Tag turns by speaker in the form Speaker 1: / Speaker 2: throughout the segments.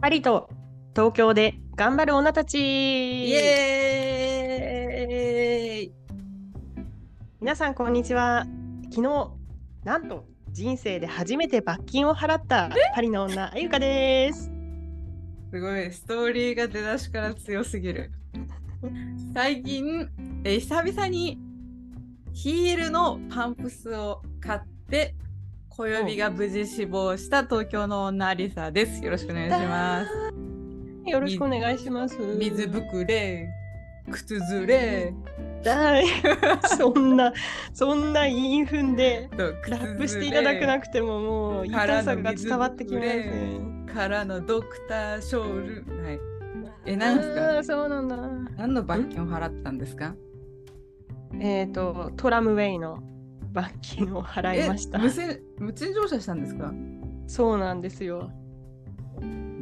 Speaker 1: パリと東京で頑張る女たち
Speaker 2: イエーイ
Speaker 1: 皆さんこんにちは昨日なんと人生で初めて罰金を払ったパリの女あゆかです
Speaker 2: すごい、ストーリーが出だしから強すぎる。最近、えー久々にヒールのパンプスを買って、小指が無事死亡した東京の女アリサです。よろしくお願いします。
Speaker 1: よろしくお願いします
Speaker 2: 水ぶくれ、靴ずれ、
Speaker 1: だいそんなそんな韻踏んで
Speaker 2: と靴ずれ
Speaker 1: ラップしていただかなくてももう言いたさが伝わってきますね
Speaker 2: からのドクターショール。はい。え、なんですか
Speaker 1: あーそうなんだ
Speaker 2: 何の罰金を払ったんですか
Speaker 1: えっ、とトラムウェイの罰金を払いました
Speaker 2: え無線無賃乗車したんですか
Speaker 1: そうなんですよ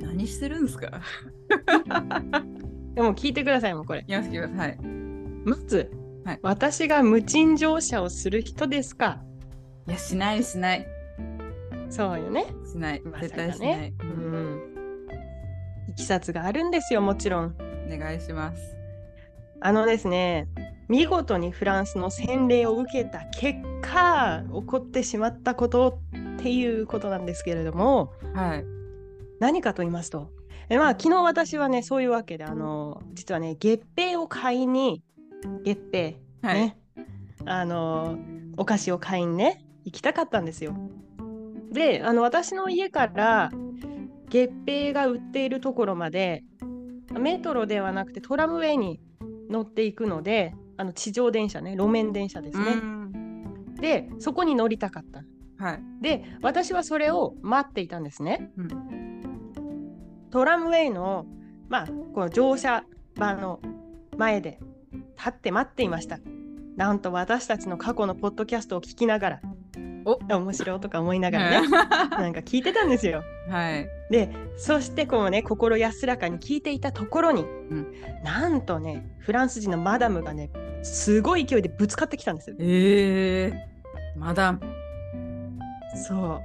Speaker 2: 何してるんですか
Speaker 1: でも聞いてくださいもうこれ
Speaker 2: いやすきますはい
Speaker 1: まず、
Speaker 2: はい
Speaker 1: 私が無賃乗車をする人ですか
Speaker 2: いやしないしない
Speaker 1: そうよね。
Speaker 2: しない
Speaker 1: まさかね
Speaker 2: 絶対しない、
Speaker 1: う
Speaker 2: うん
Speaker 1: ん。いきさつがあるんですよ、もちろん。
Speaker 2: お願いします
Speaker 1: あのですね、見事にフランスの洗礼を受けた結果、起こってしまったことっていうことなんですけれども、
Speaker 2: はい
Speaker 1: 何かと言いますと、えまあ、昨日私はね、そういうわけで、あの、実はね、月餅を買いに、月餅、
Speaker 2: はい、
Speaker 1: ね、あのお菓子を買いにね行きたかったんですよ。であの私の家から月餅が売っているところまでメトロではなくてトラムウェイに乗っていくのであの地上電車ね路面電車です
Speaker 2: う
Speaker 1: ね。
Speaker 2: ん
Speaker 1: でそこに乗りたかった。
Speaker 2: はい
Speaker 1: で私はそれを待っていたんですね。
Speaker 2: うん
Speaker 1: トラムウェイの、まあ、この乗車場の前で立って待っていました。なんと私たちの過去のポッドキャストを聞きながら、
Speaker 2: お
Speaker 1: 面白いとか思いながらね、 なんか聞いてたんですよ。
Speaker 2: はい
Speaker 1: で、そしてこうね、心安らかに聞いていたところに、
Speaker 2: ん
Speaker 1: なんとね、フランス人のマダムがね、すごい勢いでぶつかってきたんですよ。
Speaker 2: えー、マダム
Speaker 1: そ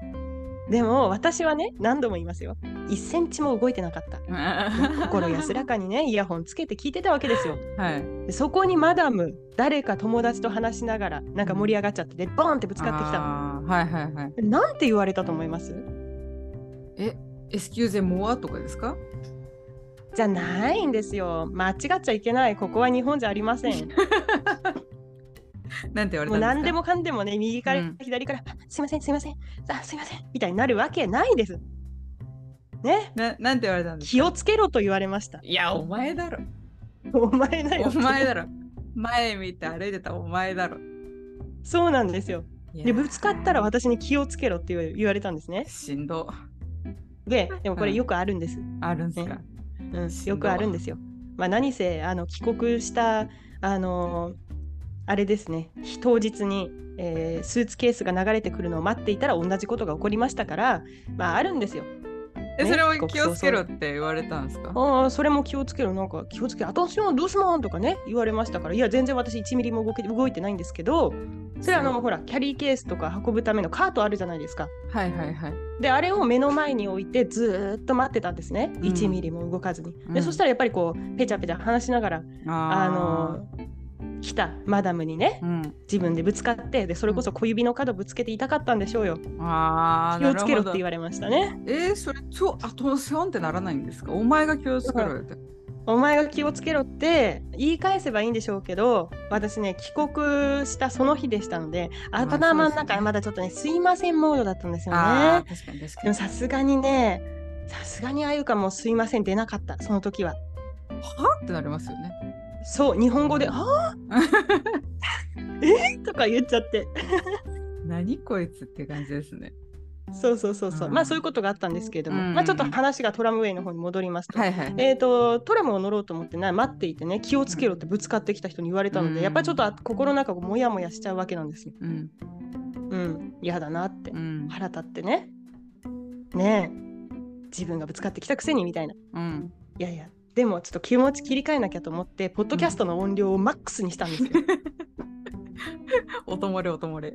Speaker 1: う。でも私はね、何度も言いますよ。1センチも動いてなかった。心安らかにね、イヤホンつけて聞いてたわけですよ。
Speaker 2: はい
Speaker 1: でそこにマダム誰か友達と話しながらなんか盛り上がっちゃってでボーンってぶつかってきたの。
Speaker 2: あーはいはいはい
Speaker 1: なんて言われたと思います
Speaker 2: エスキューゼモアとかですか
Speaker 1: じゃないんですよ。間違っちゃいけない。ここは日本じゃありません。
Speaker 2: なんて言わ
Speaker 1: もう
Speaker 2: れたん
Speaker 1: 何
Speaker 2: で
Speaker 1: です
Speaker 2: か
Speaker 1: もかんでもね、右から
Speaker 2: うん
Speaker 1: 左から、あすいません、すいません、あすいません、みたいになるわけないです。ね、
Speaker 2: ななんて言われたんですか
Speaker 1: 気をつけろと言われました。
Speaker 2: いやお 前だろ
Speaker 1: お前だよ。
Speaker 2: お前だろ前見て歩いてたお前だろ
Speaker 1: そうなんですよ。
Speaker 2: い
Speaker 1: で、
Speaker 2: や
Speaker 1: ぶつかったら私に気をつけろって言わ言われたんですね。
Speaker 2: しんど
Speaker 1: で、でもこれ
Speaker 2: うん
Speaker 1: よくあるんです。
Speaker 2: あるんすか、
Speaker 1: うん
Speaker 2: しん、ど
Speaker 1: よくあるんですよ。まあ、何せあの帰国したあのーあれですね日当日に、えースーツケースが流れてくるのを待っていたら同じことが起こりましたから、まあ、あるんですよ。
Speaker 2: え
Speaker 1: ね
Speaker 2: それを気をつけろって言われたんですか
Speaker 1: ああそれも気をつけろなんか気をつけろ私はどうしまんとかね言われましたからいや全然私1ミリも動け動いてないんですけどそれはあのほらキャリーケースとか運ぶためのカートあるじゃないですか。
Speaker 2: はいはいはい
Speaker 1: であれを目の前に置いてずーっと待ってたんですね、
Speaker 2: うん
Speaker 1: 1ミリも動かずに。
Speaker 2: う
Speaker 1: で
Speaker 2: ん
Speaker 1: そしたらやっぱりこうペチャペチャ話しながらあの来たマダムにね
Speaker 2: ーうん
Speaker 1: 自分でぶつかってでそれこそ小指の角ぶつけて痛かったんでしょうよ
Speaker 2: あ
Speaker 1: 気を
Speaker 2: ー
Speaker 1: つけろって言
Speaker 2: なる
Speaker 1: われましたね
Speaker 2: ほどえーそれ超アトンセオンってならないんですかお前が気をつけろよって
Speaker 1: お前が気をつけろって言い返せばいいんでしょうけど私ね帰国したその日でしたので
Speaker 2: あ
Speaker 1: 頭の
Speaker 2: そうです
Speaker 1: 中
Speaker 2: ね
Speaker 1: まだちょっとねすいませんモードだったんですよ
Speaker 2: あ
Speaker 1: ね
Speaker 2: ー確かに確か
Speaker 1: でも
Speaker 2: に
Speaker 1: さすがにねさすがにあゆかもすいません出なかったその時は
Speaker 2: はってなりますよね
Speaker 1: そう日本語で「はあ えとか言っちゃって
Speaker 2: 何こいつって感じですね
Speaker 1: そうそうそうそう、
Speaker 2: うん
Speaker 1: まあそういうことがあったんですけれども、
Speaker 2: うんうんうん
Speaker 1: まあちょっと話がトラムウェイの方に戻りますと、
Speaker 2: はいはい
Speaker 1: えー、とトラムを乗ろうと思ってな待っていてね気をつけろってぶつかってきた人に言われたので、
Speaker 2: うん
Speaker 1: やっぱりちょっとあ心の中がモヤモヤしちゃうわけなんですよ。
Speaker 2: うん
Speaker 1: うん嫌だなって
Speaker 2: うん
Speaker 1: 腹立ってねねえ自分がぶつかってきたくせにみたいない
Speaker 2: うん
Speaker 1: やいやでもちょっと気持ち切り替えなきゃと思ってポッドキャストの音量をマックスにしたんですよ。
Speaker 2: おともれおともれ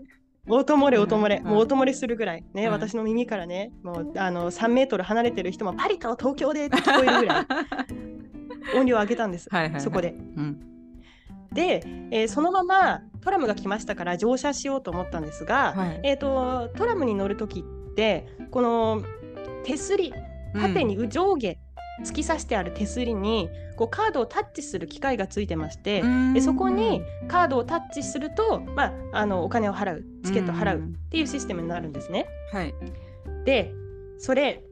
Speaker 1: 音漏れ音漏れ、
Speaker 2: うん
Speaker 1: もう音漏れするぐらいね、
Speaker 2: うん
Speaker 1: 私の耳からねもうあの3メートル離れてる人もパリと東京でって聞こえる ぐらい音量上げたんです、
Speaker 2: はいはいはい
Speaker 1: そこで。
Speaker 2: うん
Speaker 1: で、えーそのままトラムが来ましたから乗車しようと思ったんですが、
Speaker 2: はい
Speaker 1: えー、とトラムに乗る時ってこの手すり縦に上下突き刺してある手すりにこうカードをタッチする機械がついてまして、でそこにカードをタッチすると、まあ、あのお金を払うチケットを払ううっていうシステムになるんですね。
Speaker 2: うんはい
Speaker 1: でそれ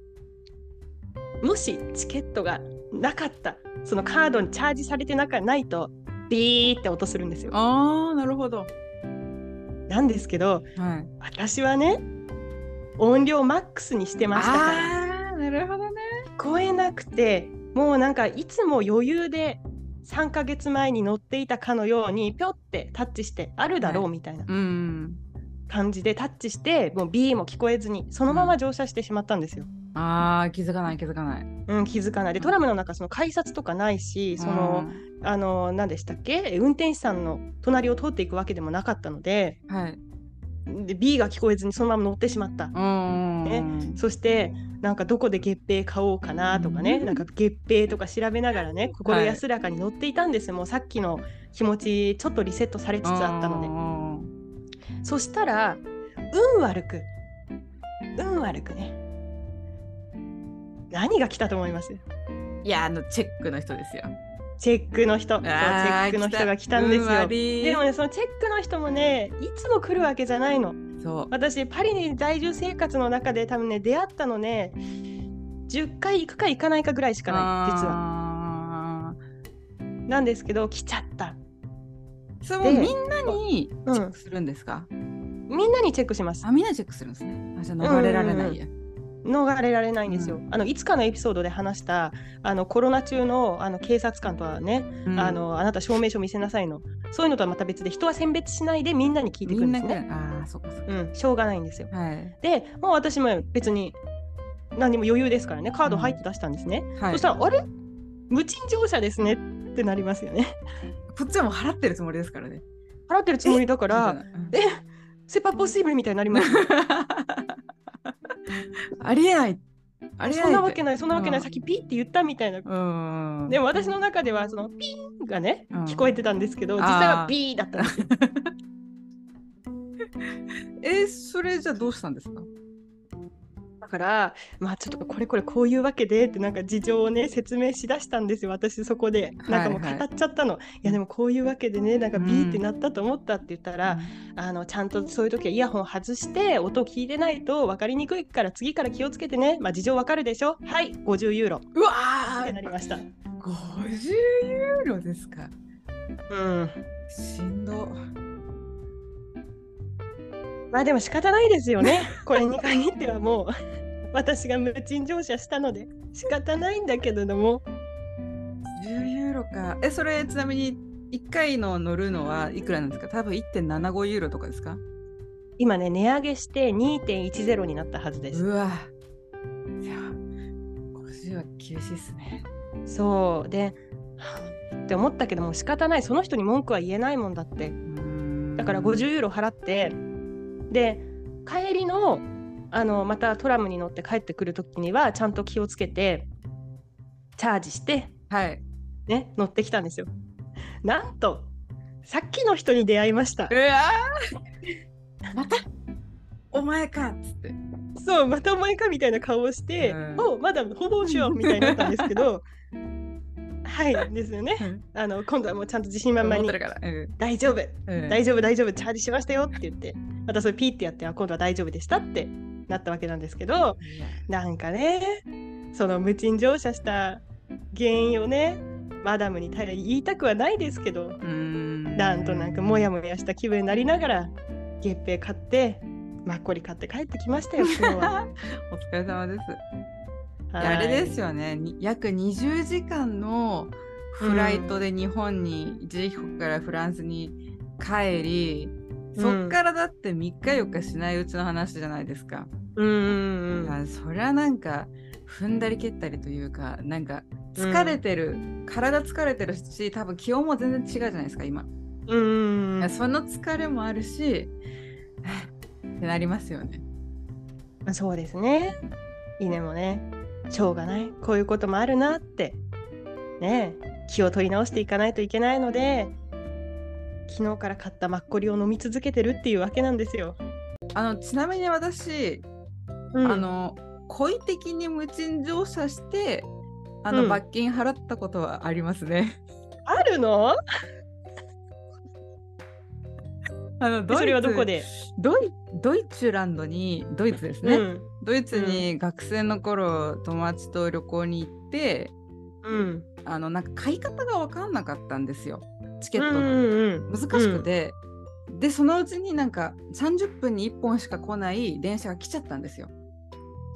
Speaker 1: もしチケットがなかったそのカードにチャージされてなかないとビーって音するんですよ。
Speaker 2: ああなるほど
Speaker 1: なんですけど
Speaker 2: はい
Speaker 1: 私はね音量マックスにしてましたから
Speaker 2: ああーなるほどね
Speaker 1: 聞こえなくてもうなんかいつも余裕で3ヶ月前に乗っていたかのようにぴょってタッチしてあるだろうみたいな
Speaker 2: うん
Speaker 1: 感じでタッチしてもう B も聞こえずにそのまま乗車してしまったんですよ。
Speaker 2: あー気づかない気づかない
Speaker 1: うん、気づかないでトラムの中その改札とかないしその、あの何でしたっけ運転手さんの隣を通っていくわけでもなかったので
Speaker 2: うんはい
Speaker 1: で B が聞こえずにそのまま乗ってしまった。
Speaker 2: うん
Speaker 1: ねそしてなんかどこで月餅買おうかなとかね、
Speaker 2: うん
Speaker 1: なんか月餅とか調べながらね心
Speaker 2: はい
Speaker 1: 安らかに乗っていたんです、もうさっきの気持ちちょっとリセットされつつあったので、
Speaker 2: の
Speaker 1: そしたら運悪く運悪くね何が来たと思います
Speaker 2: でいやあのチェックの人ですよ
Speaker 1: チェックの人そうチェックの人が来たんですよで
Speaker 2: で
Speaker 1: もねそのチェックの人もねいつも来るわけじゃないの
Speaker 2: そう
Speaker 1: 私パリに在住生活の中で多分ね出会ったのね10回行くか行かないかぐらいしかない実は
Speaker 2: は
Speaker 1: なんですけど来ちゃった
Speaker 2: そ
Speaker 1: で
Speaker 2: れもみんなにチェックするんですか、
Speaker 1: みんなにチェックします
Speaker 2: あみんなチェックするんですねあじゃあ逃れられないや、
Speaker 1: 逃れられないんですよ、
Speaker 2: う
Speaker 1: あのいつかのエピソードで話したあのコロナ中のあの警察官とはね、
Speaker 2: うん
Speaker 1: あのあなた証明書見せなさいのそういうのとはまた別で人は選別しないでみんなに聞いて
Speaker 2: み
Speaker 1: くるん
Speaker 2: ん
Speaker 1: です
Speaker 2: なが
Speaker 1: ね
Speaker 2: ああそっかそっか、
Speaker 1: うんしょうがないんですよ
Speaker 2: はい
Speaker 1: でもう私も別に何も余裕ですからねカード入って出したんですね、
Speaker 2: はい
Speaker 1: そしたらあれ無賃乗車ですねってなりますよね
Speaker 2: こっちはもう払ってるつもりですからね
Speaker 1: 払ってるつもりだから、
Speaker 2: え
Speaker 1: えセパポシーブルみたいになります。
Speaker 2: ありえないありえない
Speaker 1: そんなわけない、そんなわけない、
Speaker 2: うん
Speaker 1: さっきピーって言ったみたいな。
Speaker 2: うん
Speaker 1: でも私の中ではそのピーンがね、
Speaker 2: うん
Speaker 1: 聞こえてたんですけど、
Speaker 2: あー
Speaker 1: 実際はビーだったんですよ。
Speaker 2: えそれじゃあどうしたんですか
Speaker 1: だから、まあちょっとこれこれこういうわけでってなんか事情をね、説明しだしたんですよ、私そこで。なんかもう語っちゃったの。いやでもこういうわけでね、なんかビーってなったと思ったって言ったら、あのちゃんとそういう時はイヤホン外して音を聞いてないと分かりにくいから次から気をつけてね、まあ事情わかるでしょはい、50ユーロっ
Speaker 2: うわ
Speaker 1: て
Speaker 2: ー
Speaker 1: なりました。
Speaker 2: 50ユーロですか
Speaker 1: うん。
Speaker 2: しんど
Speaker 1: まあでも仕方ないですよね。これに限ってはもう 私が無賃乗車したので仕方ないんだけれども
Speaker 2: 10ユーロかえそれちなみに1回の乗るのはいくらなんですか多分1.75ユーロとかですか
Speaker 1: 今ね値上げして2.10になったはずです。
Speaker 2: うわいや50は厳しいですね
Speaker 1: そうではぁって思ったけども仕方ないその人に文句は言えないもんだってだから50ユーロ払ってで帰りのあのまたトラムに乗って帰ってくる時にはちゃんと気をつけてチャージして
Speaker 2: はい
Speaker 1: ね乗ってきたんですよ。なんとさっきの人に出会いました
Speaker 2: う。わーまたお前かっつって
Speaker 1: そうまたお前かみたいな顔をして、
Speaker 2: うん
Speaker 1: おまだほぼしようみたいになったんですけど はいですよねあの今度はもうちゃんと自信満々
Speaker 2: 思っ
Speaker 1: に
Speaker 2: てるから、うん
Speaker 1: 「大丈夫
Speaker 2: うん
Speaker 1: 大丈夫大丈夫チャージしましたよ」って言ってまたそれピーってやってあ今度は大丈夫でしたってなったわけなんですけど
Speaker 2: いや
Speaker 1: なんかねその無賃乗車した原因をねマダムに大言いたくはないですけど
Speaker 2: うーん
Speaker 1: なんとなくモヤモヤした気分になりながら月餅買ってマッコリ買って帰ってきましたよ今日は。
Speaker 2: お疲れ様ですいや
Speaker 1: はい
Speaker 2: あれですよねに約20時間のフライトで日本に、一時帰国からフランスに帰りそっからだって3日4日しないうちの話じゃないですか。
Speaker 1: うんうんうん
Speaker 2: あそりゃなんか踏んだり蹴ったりというかなんか疲れてる、体疲れてるし多分気温も全然違うじゃないですか今。
Speaker 1: うんうんうん
Speaker 2: その疲れもあるし ってなりますよね。
Speaker 1: まあそうですね。稲もね、しょうがない、こういうこともあるなって、ねえ、気を取り直していかないといけないので、昨日から買ったマッコリを飲み続けてるっていうわけなんですよ。
Speaker 2: あのちなみに私、
Speaker 1: うん
Speaker 2: あの故意的に無賃乗車してあの、
Speaker 1: うん
Speaker 2: 罰金払ったことはありますね。
Speaker 1: あるの
Speaker 2: あのドイツ
Speaker 1: それはどこで、
Speaker 2: ドイドイツランドにドイツですね、
Speaker 1: うん
Speaker 2: ドイツに学生の頃友達と旅行に行って
Speaker 1: うん
Speaker 2: あのなんか買い方が分かんなかったんですよチケ
Speaker 1: う
Speaker 2: ッ
Speaker 1: ん
Speaker 2: トの。
Speaker 1: うん
Speaker 2: 難しくて、でそのうちになんか30分に1本しか来ない電車が来ちゃったんですよ。
Speaker 1: うん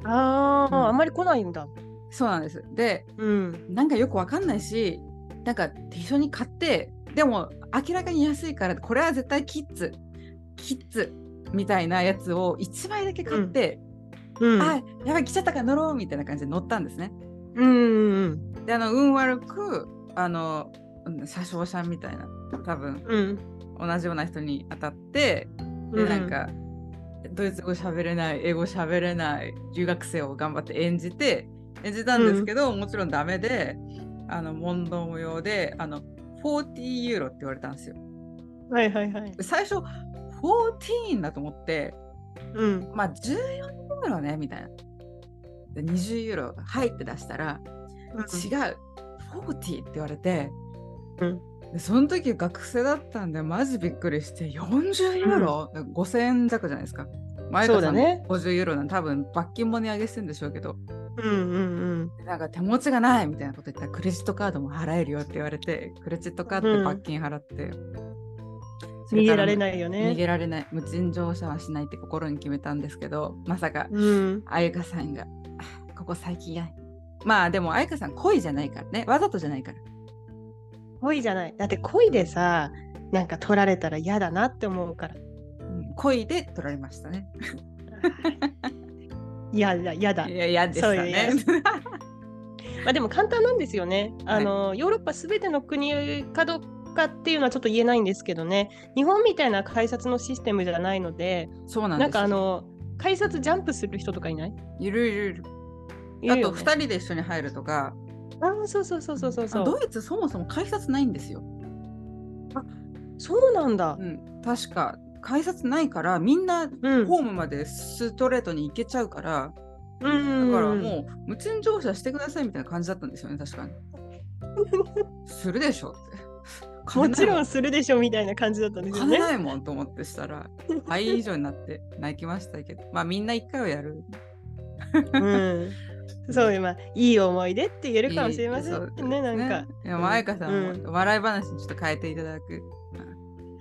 Speaker 1: ああ、
Speaker 2: うん
Speaker 1: あんまり来ないんだ。
Speaker 2: そうなんですで
Speaker 1: うん
Speaker 2: なんかよくわかんないしなんか一緒に買ってでも明らかに安いからこれは絶対キッズキッズみたいなやつを1枚だけ買って、
Speaker 1: うん
Speaker 2: あやばい来ちゃったから乗ろうみたいな感じで乗ったんですね。
Speaker 1: うんうん
Speaker 2: であの運悪くあの車掌さんみたいな多分
Speaker 1: うん
Speaker 2: 同じような人に当たって
Speaker 1: う
Speaker 2: でなんか、ドイツ語喋れない英語喋れない留学生を頑張って演じて演じたんですけど、もちろんダメであの問答無用であの40ユーロって言われたんですよ。
Speaker 1: はいはいはい
Speaker 2: で最初14だと思って
Speaker 1: うん
Speaker 2: まあ14ユーロねみたいな。で20ユーロ入って出したら違う40って言われて、
Speaker 1: うん
Speaker 2: でその時学生だったんでマジびっくりして40ユーロ、5000円弱じゃないですか前
Speaker 1: そう
Speaker 2: 川
Speaker 1: だ
Speaker 2: さん
Speaker 1: ね
Speaker 2: 50ユーロなんて多分罰金も値上げしてるんでしょうけど
Speaker 1: うんうん
Speaker 2: なんか手持ちがないみたいなこと言ったらクレジットカードも払えるよって言われてクレジットカード
Speaker 1: う
Speaker 2: で
Speaker 1: ん
Speaker 2: 罰金払って、
Speaker 1: うん逃げられ
Speaker 2: い
Speaker 1: ないよ
Speaker 2: 逃
Speaker 1: ね
Speaker 2: げられない無賃乗車はしないって心に決めたんですけどまさか
Speaker 1: うん
Speaker 2: あゆかさんが あここ最近やまあでもあゆかさん恋じゃないからねわざとじゃないから
Speaker 1: 恋じゃないだって恋でさなんか取られたら嫌だなって思うから
Speaker 2: うん恋で取られましたね。
Speaker 1: 嫌だ嫌 だ
Speaker 2: いや、嫌でしたね。
Speaker 1: まあでも簡単なんですよねあの、ヨーロッパすべての国かどうかっていうのはちょっと言えないんですけどね日本みたいな改札のシステムじゃないので
Speaker 2: そうなんです。
Speaker 1: なんかあ、の改札ジャンプする人とかいない
Speaker 2: ゆるゆる
Speaker 1: い
Speaker 2: あ
Speaker 1: るよ
Speaker 2: と
Speaker 1: ね
Speaker 2: 二人で一緒に入るとか、
Speaker 1: ああそうそうそうそうそうそう
Speaker 2: ドイツそもそも改札ないんですよ。
Speaker 1: そうなんだ
Speaker 2: うん、確か改札ないから、みんな
Speaker 1: うん
Speaker 2: ホームまでストレートに行けちゃうから、
Speaker 1: うん
Speaker 2: だからもう無賃乗車してくださいみたいな感じだったんですよね、確か に。するでしょって。
Speaker 1: もちろ
Speaker 2: ん
Speaker 1: んするでしょみたいな感じだったんですよ
Speaker 2: 金
Speaker 1: ね。
Speaker 2: ないもんと思ってし たら、倍以上になって泣きましたけど、まあみんな一回はやる。
Speaker 1: うん、そう今いい思い出って言えるかもしれませ
Speaker 2: いい
Speaker 1: ん
Speaker 2: そう
Speaker 1: ねなんか、
Speaker 2: いやまあ彩香さんも
Speaker 1: うん
Speaker 2: 笑い話にちょっと変えていただく。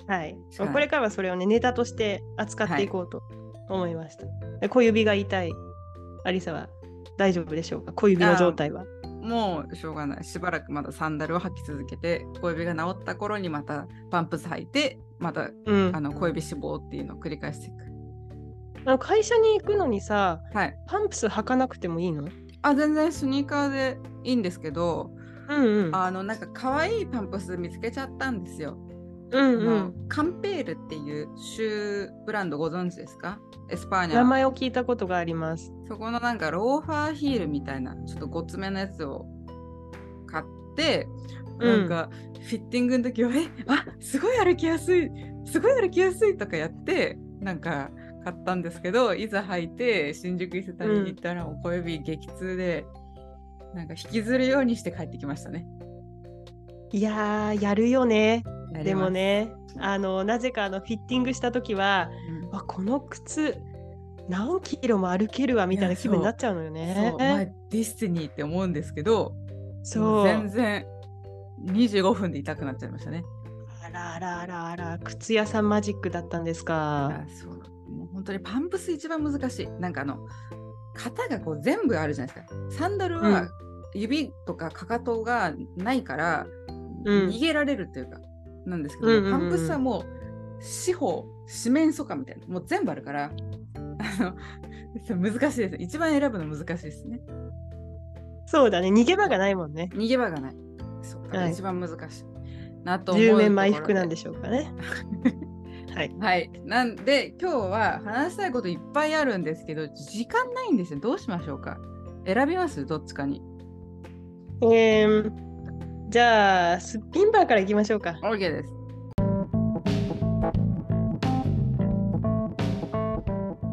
Speaker 1: はい、
Speaker 2: しかない
Speaker 1: これからはそれをねネタとして扱っていこうと思いました。で小指が痛いアリサは大丈夫でしょうか小指の状態は。
Speaker 2: もうしょうがない。しばらくまだサンダルを履き続けて、小指が治った頃にまたパンプス履いて、また
Speaker 1: うん、
Speaker 2: あ
Speaker 1: あ
Speaker 2: の小指死亡っていうのを繰り返していく。
Speaker 1: の会社に行くのにさ
Speaker 2: はい。
Speaker 1: パンプス履かなくてもいいの
Speaker 2: あ、全然スニーカーでいいんですけど、
Speaker 1: うんうん。
Speaker 2: あの、なんか可愛いパンプス見つけちゃったんですよ。
Speaker 1: うん
Speaker 2: あ
Speaker 1: う
Speaker 2: の
Speaker 1: ん、
Speaker 2: カンペールっていうシューブランドご存知ですかエスパーニ
Speaker 1: 名
Speaker 2: ャ。
Speaker 1: 前を聞いたことがあります。
Speaker 2: そこのなんかローファーヒールみたいなちょっとごつめのやつを買って、
Speaker 1: うん
Speaker 2: なんかフィッティングの時は「えあすごい歩きやすいすごい歩きやすい」とかやってなんか買ったんですけどいざ履いて新宿伊勢丹に行ったらもう小指激痛で、なんか引きずるようにして帰ってきましたね。
Speaker 1: いやーやるよね
Speaker 2: やります
Speaker 1: でも、ねあのなぜかあのフィッティングした時は
Speaker 2: うん
Speaker 1: わこの靴何キロも歩けるわみたいな気分になっちゃうのよね
Speaker 2: そう、。まあ、ディスティニーって思うんですけど
Speaker 1: そう
Speaker 2: 全然25分で痛くなっちゃいましたね。
Speaker 1: あらあらあらあら靴屋さんマジックだったんですか。
Speaker 2: あそうもう本当にパンプス一番難しいなんかあの型がこう全部あるじゃないですかサンダル
Speaker 1: う
Speaker 2: は
Speaker 1: ん
Speaker 2: 指とかかかとがないから、
Speaker 1: うん
Speaker 2: 逃げられるっていうかなんですけど、
Speaker 1: うんうんうん
Speaker 2: パンプスはもう四方四面楚歌みたいなもう全部あるからあの 難しいです一番選ぶの難しいですね
Speaker 1: そうだね逃げ場がないもんね。
Speaker 2: 逃げ場がないそうだから
Speaker 1: はい
Speaker 2: 一番難しいなと思う
Speaker 1: 十面埋
Speaker 2: ところ
Speaker 1: 伏なんでしょうかね。はい。
Speaker 2: はい。なんで、今日は話したいこといっぱいあるんですけど、時間ないんですよ。どうしましょうか選びますどっちかに。
Speaker 1: えー、じゃあ、スッピンバーからいきましょうか。
Speaker 2: OK です。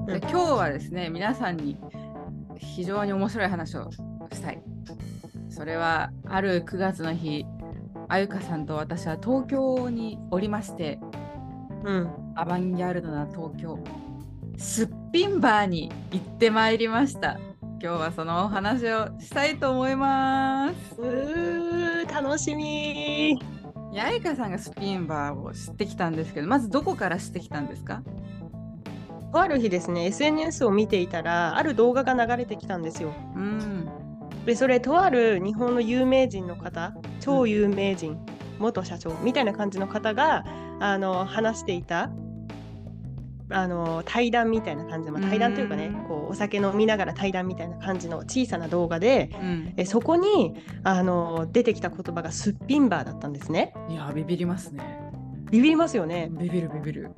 Speaker 2: で今日はですね、皆さんに非常に面白い話をしたい。それは、ある9月の日、あゆかさんと私は東京におりまして、
Speaker 1: うん。
Speaker 2: アバンギャルドな東京すっぴんバーに行ってまいりました今日はそのお話をしたいと思います
Speaker 1: うー、楽しみ
Speaker 2: 八重香さんがすっぴんバーを知ってきたんですけどまずどこから知ってきたんですか
Speaker 1: とある日ですね、SNS を見ていたら、ある動画が流れてきたんですよ。
Speaker 2: うん
Speaker 1: で、それ、とある日本の有名人の方、超有名人、元社長みたいな感じの方が、あの、話していた、あの、対談みたいな感じの、まあ、対談というかね
Speaker 2: うん、
Speaker 1: こう、お酒飲みながら対談みたいな感じの小さな動画で、
Speaker 2: うん
Speaker 1: えそこにあの出てきた言葉がすっぴんバーだったんですね。
Speaker 2: いやビビりますね
Speaker 1: ビビりますよね。
Speaker 2: ビビるビビる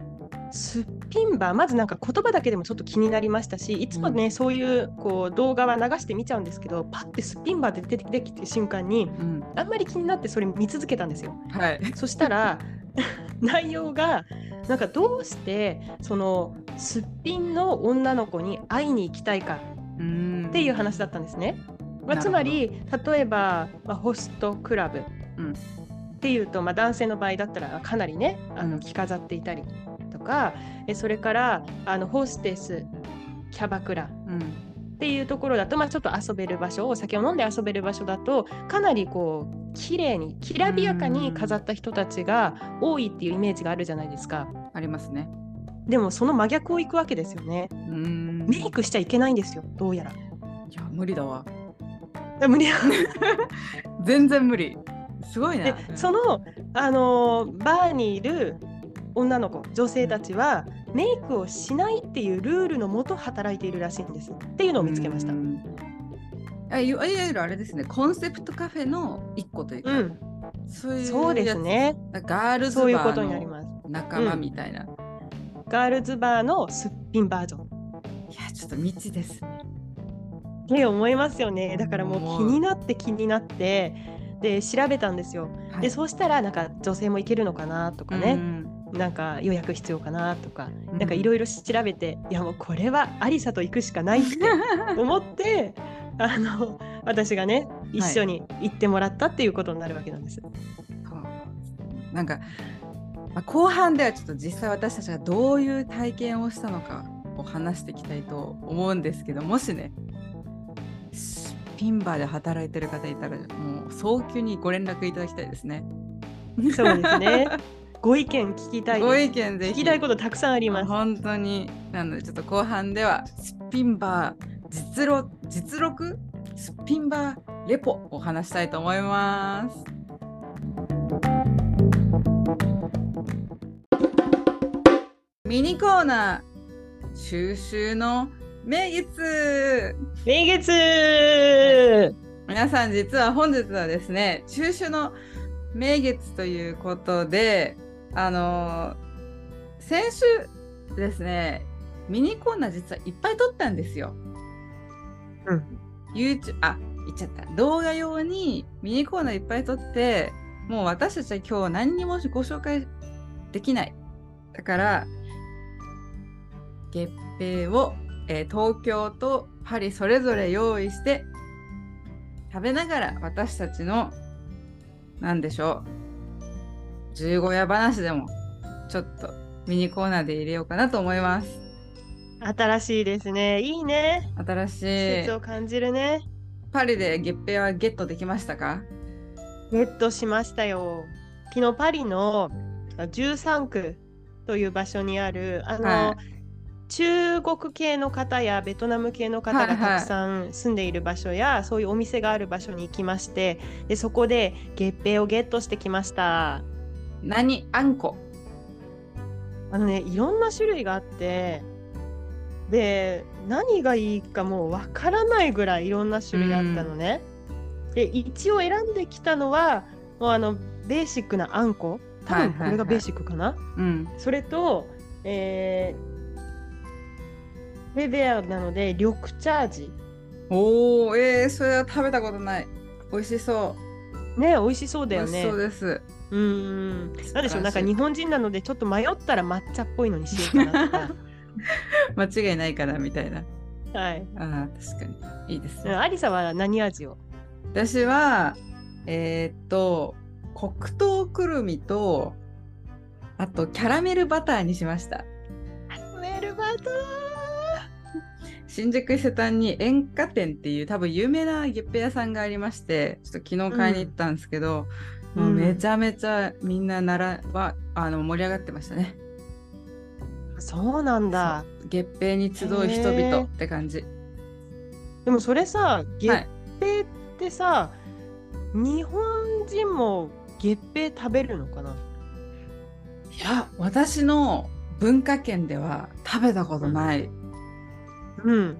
Speaker 1: すっぴんバーまずなんか言葉だけでもちょっと気になりましたしいつもね、そういうこう動画は流して見ちゃうんですけどパッてすっぴんバーで出てきて瞬間に
Speaker 2: うん
Speaker 1: あんまり気になってそれ見続けたんですよ。
Speaker 2: はい
Speaker 1: そしたら 内容がなんかどうしてそのすっぴんの女の子に会いに行きたいか
Speaker 2: うん
Speaker 1: っていう話だったんですね。まあ、
Speaker 2: なるほど
Speaker 1: つまり例えば、まあ、ホストクラブ、
Speaker 2: うん
Speaker 1: っていうと、まあ、男性の場合だったらかなりねあ
Speaker 2: うん
Speaker 1: の着飾っていたりとか、えそれからあのホステスキャバクラ
Speaker 2: うん
Speaker 1: っていうところだと、まあ、ちょっと遊べる場所お酒を飲んで遊べる場所だとかなりこう綺麗にきらびやかに飾った人たちが多いっていうイメージがあるじゃないですか。
Speaker 2: ありますね
Speaker 1: でもその真逆を行くわけですよね。
Speaker 2: うん
Speaker 1: メイクしちゃいけないんですよ、どうやら。
Speaker 2: いや無理だわ
Speaker 1: でもね
Speaker 2: 全然無理すご い
Speaker 1: で
Speaker 2: ね
Speaker 1: その、あのーバーにいる女の子女性たちはメイクをしないっていうルールのもと働いているらしいんですっていうのを見つけました。
Speaker 2: う
Speaker 1: うん
Speaker 2: んあいわいわゆるあれですね、コンセプトカフェの一個というか、そういう
Speaker 1: そうですね
Speaker 2: やつ。ガールズ
Speaker 1: そういう
Speaker 2: バ
Speaker 1: ことになり
Speaker 2: ーの
Speaker 1: ます。
Speaker 2: 仲間みたいな。い
Speaker 1: ガールズバーのすっぴんバージョンっ
Speaker 2: や、ちょっと未知ですね。
Speaker 1: て思いますよねだからも
Speaker 2: 思
Speaker 1: う
Speaker 2: う
Speaker 1: 気になって気になってで調べたんですよ。
Speaker 2: はい
Speaker 1: でそうしたらなんか女性も行けるのかなとか
Speaker 2: う
Speaker 1: ね、
Speaker 2: ん
Speaker 1: なんか予約必要かなとか、
Speaker 2: う
Speaker 1: なんかいろいろ調べていやもうこれはアリサと行くしかない って思ってあの私がね一緒に行ってもらったっていうことになるわけなんです。
Speaker 2: そうなんか、まあ、後半ではちょっと実際私たちがどういう体験をしたのかを話していきたいと思うんですけどもしねスピンバーで働いてる方いたらもう早急にご連絡いただきたいですね。
Speaker 1: そうです ね。ご意見聞きたい
Speaker 2: ご
Speaker 1: です。
Speaker 2: 意見ぜひ
Speaker 1: 聞きたいことたくさんあります。
Speaker 2: 本当になのでちょっと後半ではスピンバー実録実録スピンバーレポを話したいと思います。ミニコーナー収集の名月
Speaker 1: 名月
Speaker 2: 皆さん実は本日はですね中秋の名月ということであのー先週ですねミニコーナー実はいっぱい撮ったんですよ。
Speaker 1: うん
Speaker 2: YouTube あ言っちゃった動画用にミニコーナーいっぱい撮ってもう私たちは今日何にもご紹介できないだから月餅を、えー東京とパリそれぞれ用意して食べながら私たちの何でしょう十五夜話でもちょっとミニコーナーで入れようかなと思います
Speaker 1: 新しいですね。いいね。
Speaker 2: 新し
Speaker 1: 季
Speaker 2: い
Speaker 1: 節を感じるね。
Speaker 2: パリで月餅はゲットできましたか
Speaker 1: ゲットしましたよ。昨日パリのあ13区という場所にあるあの、
Speaker 2: は
Speaker 1: 中国系の方やベトナム系の方がたくさん住んでいる場所や、そういうお店がある場所に行きましてでそこで月餅をゲットしてきました
Speaker 2: 何あんこ
Speaker 1: あのねいろんな種類があってで何がいいかもうわからないぐらいいろんな種類あったのね、で一応選んできたのはもうあのベーシックなあんこ多分これがベーシックかな、
Speaker 2: うん
Speaker 1: それとえー、ベベアなので緑茶味
Speaker 2: おお、えー、それは食べたことない。美味しそ
Speaker 1: ね美味しそう
Speaker 2: う。
Speaker 1: だよ
Speaker 2: 美味
Speaker 1: ね
Speaker 2: しそうです。
Speaker 1: うんうんなんでしょうなんか日本人なのでちょっと迷ったら抹茶っぽいのにしようかなとか
Speaker 2: 間違いないからみたいな。
Speaker 1: はい
Speaker 2: ああ、確かに。いいです
Speaker 1: うん
Speaker 2: ね。
Speaker 1: ありさは何味を
Speaker 2: 私は、えーっと、黒糖くるみと、あと、キャラメルバターにしました。
Speaker 1: メルバト
Speaker 2: 新宿伊勢丹に演歌店っていう多分有名な月餅屋さんがありましてちょっと昨日買いに行ったんですけど、
Speaker 1: うん
Speaker 2: もううんめちゃめちゃみんなならはあの盛り上がってましたね
Speaker 1: そうなんだ
Speaker 2: 月餅に集う人々って感じ、
Speaker 1: でもそれさ
Speaker 2: は
Speaker 1: 月
Speaker 2: い、
Speaker 1: 餅ってさ、日本人も月餅食べるのかない
Speaker 2: や私の文化圏では食べたことない、
Speaker 1: うん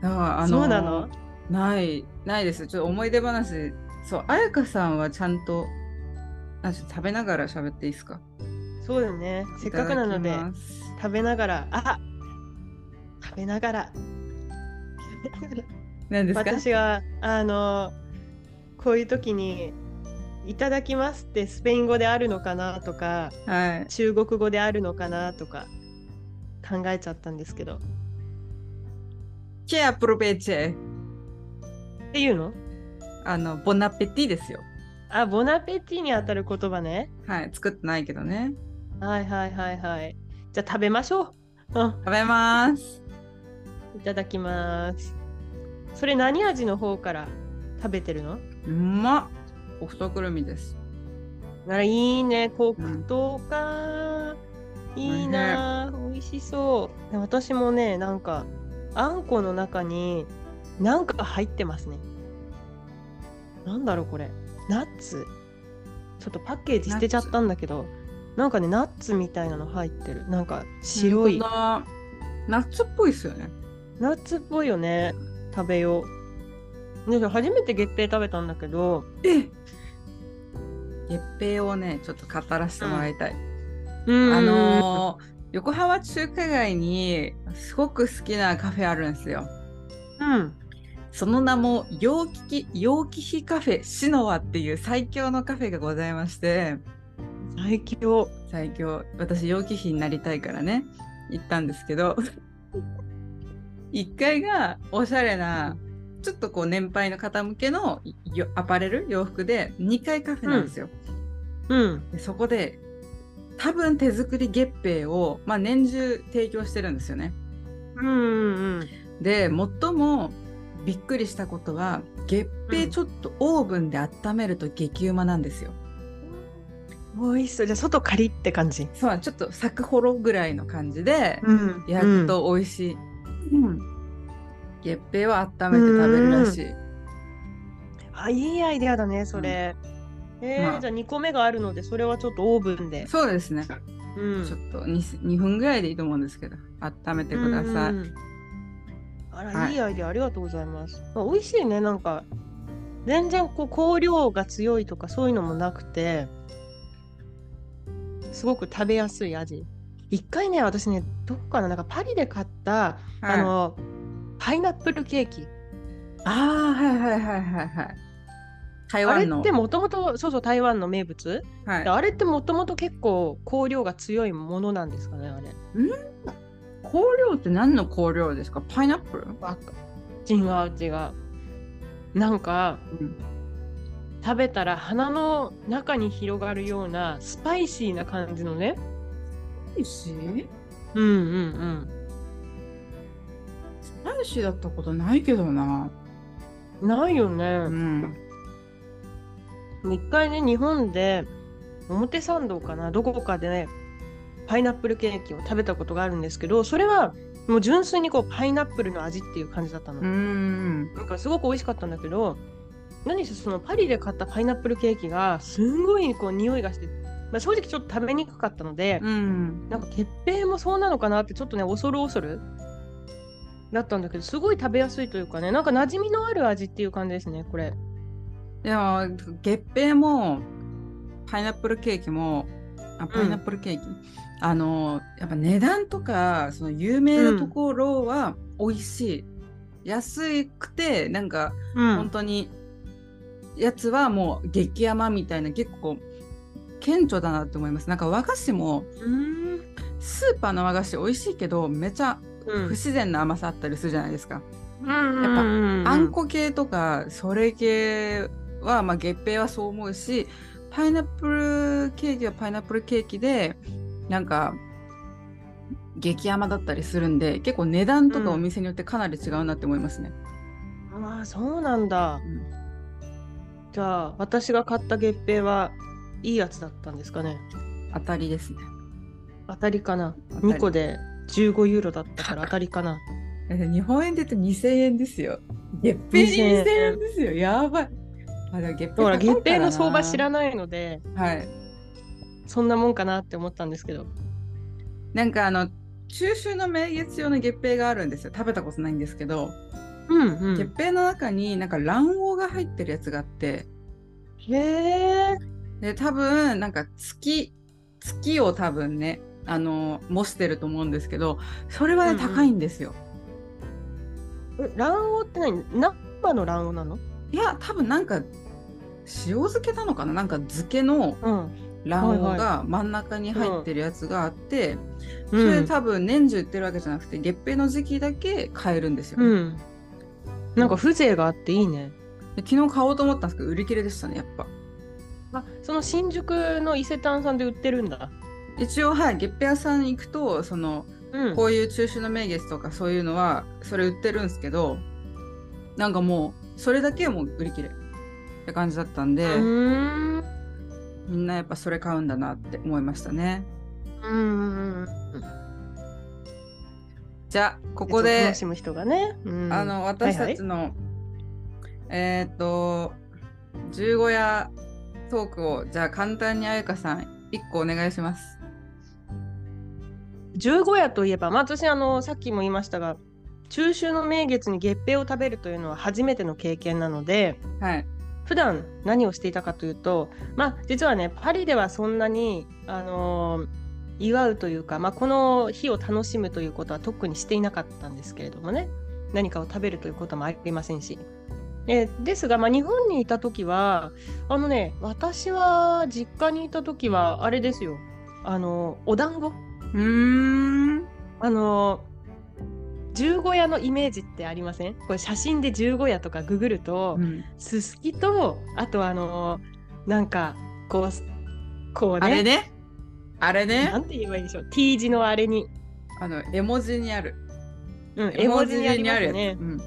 Speaker 2: だからあの
Speaker 1: そうなの
Speaker 2: ないないですちょっと思い出話そう彩香さんはちゃんとあちょっと食べながら喋っていいですか
Speaker 1: そうだねせっかくなの
Speaker 2: い
Speaker 1: で
Speaker 2: ただきます
Speaker 1: 食べながらあ食べながら食べながら
Speaker 2: 何ですか
Speaker 1: 私があのこういう時に「いただきます」ってスペイン語であるのかなとか
Speaker 2: はい
Speaker 1: 中国語であるのかなとか考えちゃったんですけど
Speaker 2: チェアプロベチェ
Speaker 1: っていうの
Speaker 2: あの、ボナペティですよ。
Speaker 1: あボナペティにあたる言葉ね
Speaker 2: はい、作ってないけどね。
Speaker 1: はいはいはいはいじゃあ食べましょうう
Speaker 2: 食べます。
Speaker 1: んいただきますそれ何味の方から食べてるの
Speaker 2: うまっ。ソくるみです。
Speaker 1: ならいいね黒糖か、いいな美味しそうで私もねなんかあんこの中になんか入ってますねなんだろうこれナッツちょっとパッケージ捨てちゃったんだけどなんかねナッツみたいなの入ってるなんか白い
Speaker 2: 本当だナッツっぽいですよね。
Speaker 1: ナッツっぽいよね食べようで初めて月餅食べたんだけど
Speaker 2: え月餅をね、ちょっと語らせてもらいたい。
Speaker 1: うん
Speaker 2: あのー横浜中華街にすごく好きなカフェあるんですよ。
Speaker 1: うん
Speaker 2: その名も陽気陽気比カフェシノワっていう最強のカフェがございまして、
Speaker 1: 最強
Speaker 2: 最強私陽気比になりたいからね行ったんですけど1階がおしゃれなちょっとこう年配の方向けのよアパレル洋服で2階カフェなんですよ、
Speaker 1: うん
Speaker 2: でそこで多分手作り月餅を、まあ、年中提供してるんですよね
Speaker 1: うんうんうん
Speaker 2: で最もびっくりしたことは月餅ちょっとオーブンで温めると激うまなんですよ、
Speaker 1: 美味しそうじゃあ外カリって感じ
Speaker 2: そうちょっとサクホロぐらいの感じで、
Speaker 1: うん
Speaker 2: 焼くと美味しい、月餅は温めて食べるらしい、
Speaker 1: あいいアイデアだねそれ、えー
Speaker 2: まあ
Speaker 1: じゃあ2個目があるのでそれはちょっとオーブンで、
Speaker 2: そうですね、
Speaker 1: うん
Speaker 2: ちょっと 2, 2分ぐらいでいいと思うんですけど温めてください、
Speaker 1: うんあら、、
Speaker 2: はいい
Speaker 1: いアイデアありがとうございます、まあ、美味しいねなんか全然こう香料が強いとかそういうのもなくてすごく食べやすい味一回ね私ねどこかななんかパリで買った、
Speaker 2: はい、
Speaker 1: あのパイナップルケーキ
Speaker 2: あーはいはいはいはいはい台
Speaker 1: あれ
Speaker 2: 湾の
Speaker 1: ってもともとそうそう台湾の名物、
Speaker 2: はい、
Speaker 1: あれってもともと結構香料が強いものなんですかねあれ
Speaker 2: 香料って何の香料ですかパイナップル
Speaker 1: 違う違うなんか、
Speaker 2: うん
Speaker 1: 食べたら鼻の中に広がるようなスパイシーな感じのね
Speaker 2: 美味しい
Speaker 1: うんうん
Speaker 2: 何しだったことないけどな
Speaker 1: うんないよ
Speaker 2: う
Speaker 1: ね
Speaker 2: ん
Speaker 1: 一回ね日本で表参道かなどこかでねパイナップルケーキを食べたことがあるんですけどそれはもう純粋にこうパイナップルの味っていう感じだったの、
Speaker 2: うん
Speaker 1: なんかすごく美味しかったんだけど何せそのパリで買ったパイナップルケーキがすんごいこう匂いがして、まあ、正直ちょっと食べにくかったので、
Speaker 2: うん
Speaker 1: なんか月餅もそうなのかなってちょっとね恐る恐るだったんだけどすごい食べやすいというかねなんか馴染みのある味っていう感じですねこれ
Speaker 2: でも月餅もパイナップルケーキもあパイナップルケーキ、あのやっぱ値段とかその有名なところは美味しい、安くてなんか
Speaker 1: うん
Speaker 2: 本当にやつはもう激甘みたいな結構顕著だなって思いますなんか和菓子も
Speaker 1: うん
Speaker 2: スーパーの和菓子美味しいけどめちゃ
Speaker 1: うん
Speaker 2: 不自然な甘さあったりするじゃないですか、
Speaker 1: うんうん
Speaker 2: あんこ系とかそれ系はまあ月餅はそう思うしパイナップルケーキはパイナップルケーキでなんか激甘だったりするんで結構値段とかお店によってかなり違うなって思いますね、
Speaker 1: ああそうなんだ、
Speaker 2: うん
Speaker 1: じゃあ私が買った月餅はいいやつだったんですかね
Speaker 2: 当たりですね
Speaker 1: 当たりかな
Speaker 2: 当たり
Speaker 1: 2個で15ユーロだったから当たりかな
Speaker 2: だって日本円で言うと2000円ですよ。月餅に
Speaker 1: 2000
Speaker 2: 2000円ですよ。やばい。あだから月
Speaker 1: だから月
Speaker 2: 高い
Speaker 1: 餅の相場知ら
Speaker 2: な
Speaker 1: ないので
Speaker 2: はい。
Speaker 1: そんなもんかなって思ったんですけど
Speaker 2: なんかあの中秋の名月用の月餅があるんですよ。食べたことないんですけど、
Speaker 1: うんう
Speaker 2: 月餅の中になんか卵黄が入ってるやつがあって、
Speaker 1: へえ
Speaker 2: で多分なんか月月を多分ねあの模してると思うんですけど、それはね、
Speaker 1: うんうん
Speaker 2: 高いんですよ。
Speaker 1: 卵黄って何生の卵黄なの
Speaker 2: いや多分なんか塩漬けなのかななんか漬けの
Speaker 1: うん
Speaker 2: 卵黄が真ん中に入ってるやつがあって。
Speaker 1: う
Speaker 2: それ
Speaker 1: ん
Speaker 2: 多分年中売ってるわけじゃなくて月餅の時期だけ買えるんですよ、ね
Speaker 1: うんなんか風情があっていいね
Speaker 2: で昨日買おうと思ったんですけど売り切れでしたねやっぱ
Speaker 1: あその新宿の伊勢丹さんで売ってるんだ
Speaker 2: 一応はい月餅屋さんに行くとその
Speaker 1: うん
Speaker 2: こういう中秋の名月とかそういうのはそれ売ってるんですけどなんかもうそれだけはもう売り切れって感じだったんで、
Speaker 1: うんうん
Speaker 2: みんなやっぱそれ買うんだなって思いましたね
Speaker 1: うんうん
Speaker 2: じゃあここで
Speaker 1: 楽しむ人がね、うん
Speaker 2: あの私たちの、えーっと十五夜トークをじゃあ簡単にあゆかさん一個お願いします。
Speaker 1: 十五夜といえば、まあ、私あのさっきも言いましたが中秋の名月に月餅を食べるというのは初めての経験なので
Speaker 2: はい。
Speaker 1: 普段何をしていたかというと、まあ、実はねパリではそんなに、あのー祝うというか、まあ、この日を楽しむということは特にしていなかったんですけれどもね何かを食べるということもありませんし。えですが、まあ、日本にいた時はあのね私は実家にいた時はあれですよあのお団子
Speaker 2: うーん。
Speaker 1: あの十五夜のイメージってありませんこれ写真で十五夜とかググると、
Speaker 2: うん
Speaker 1: すすきとあとあのなんかこうこう
Speaker 2: あれ
Speaker 1: ね
Speaker 2: ね。あれね
Speaker 1: な。んて言えばいいんでしょう T 字のあれに、
Speaker 2: あの絵文字にある。
Speaker 1: うん、絵文字にあります
Speaker 2: 絵文字に
Speaker 1: ね
Speaker 2: あるやつうん。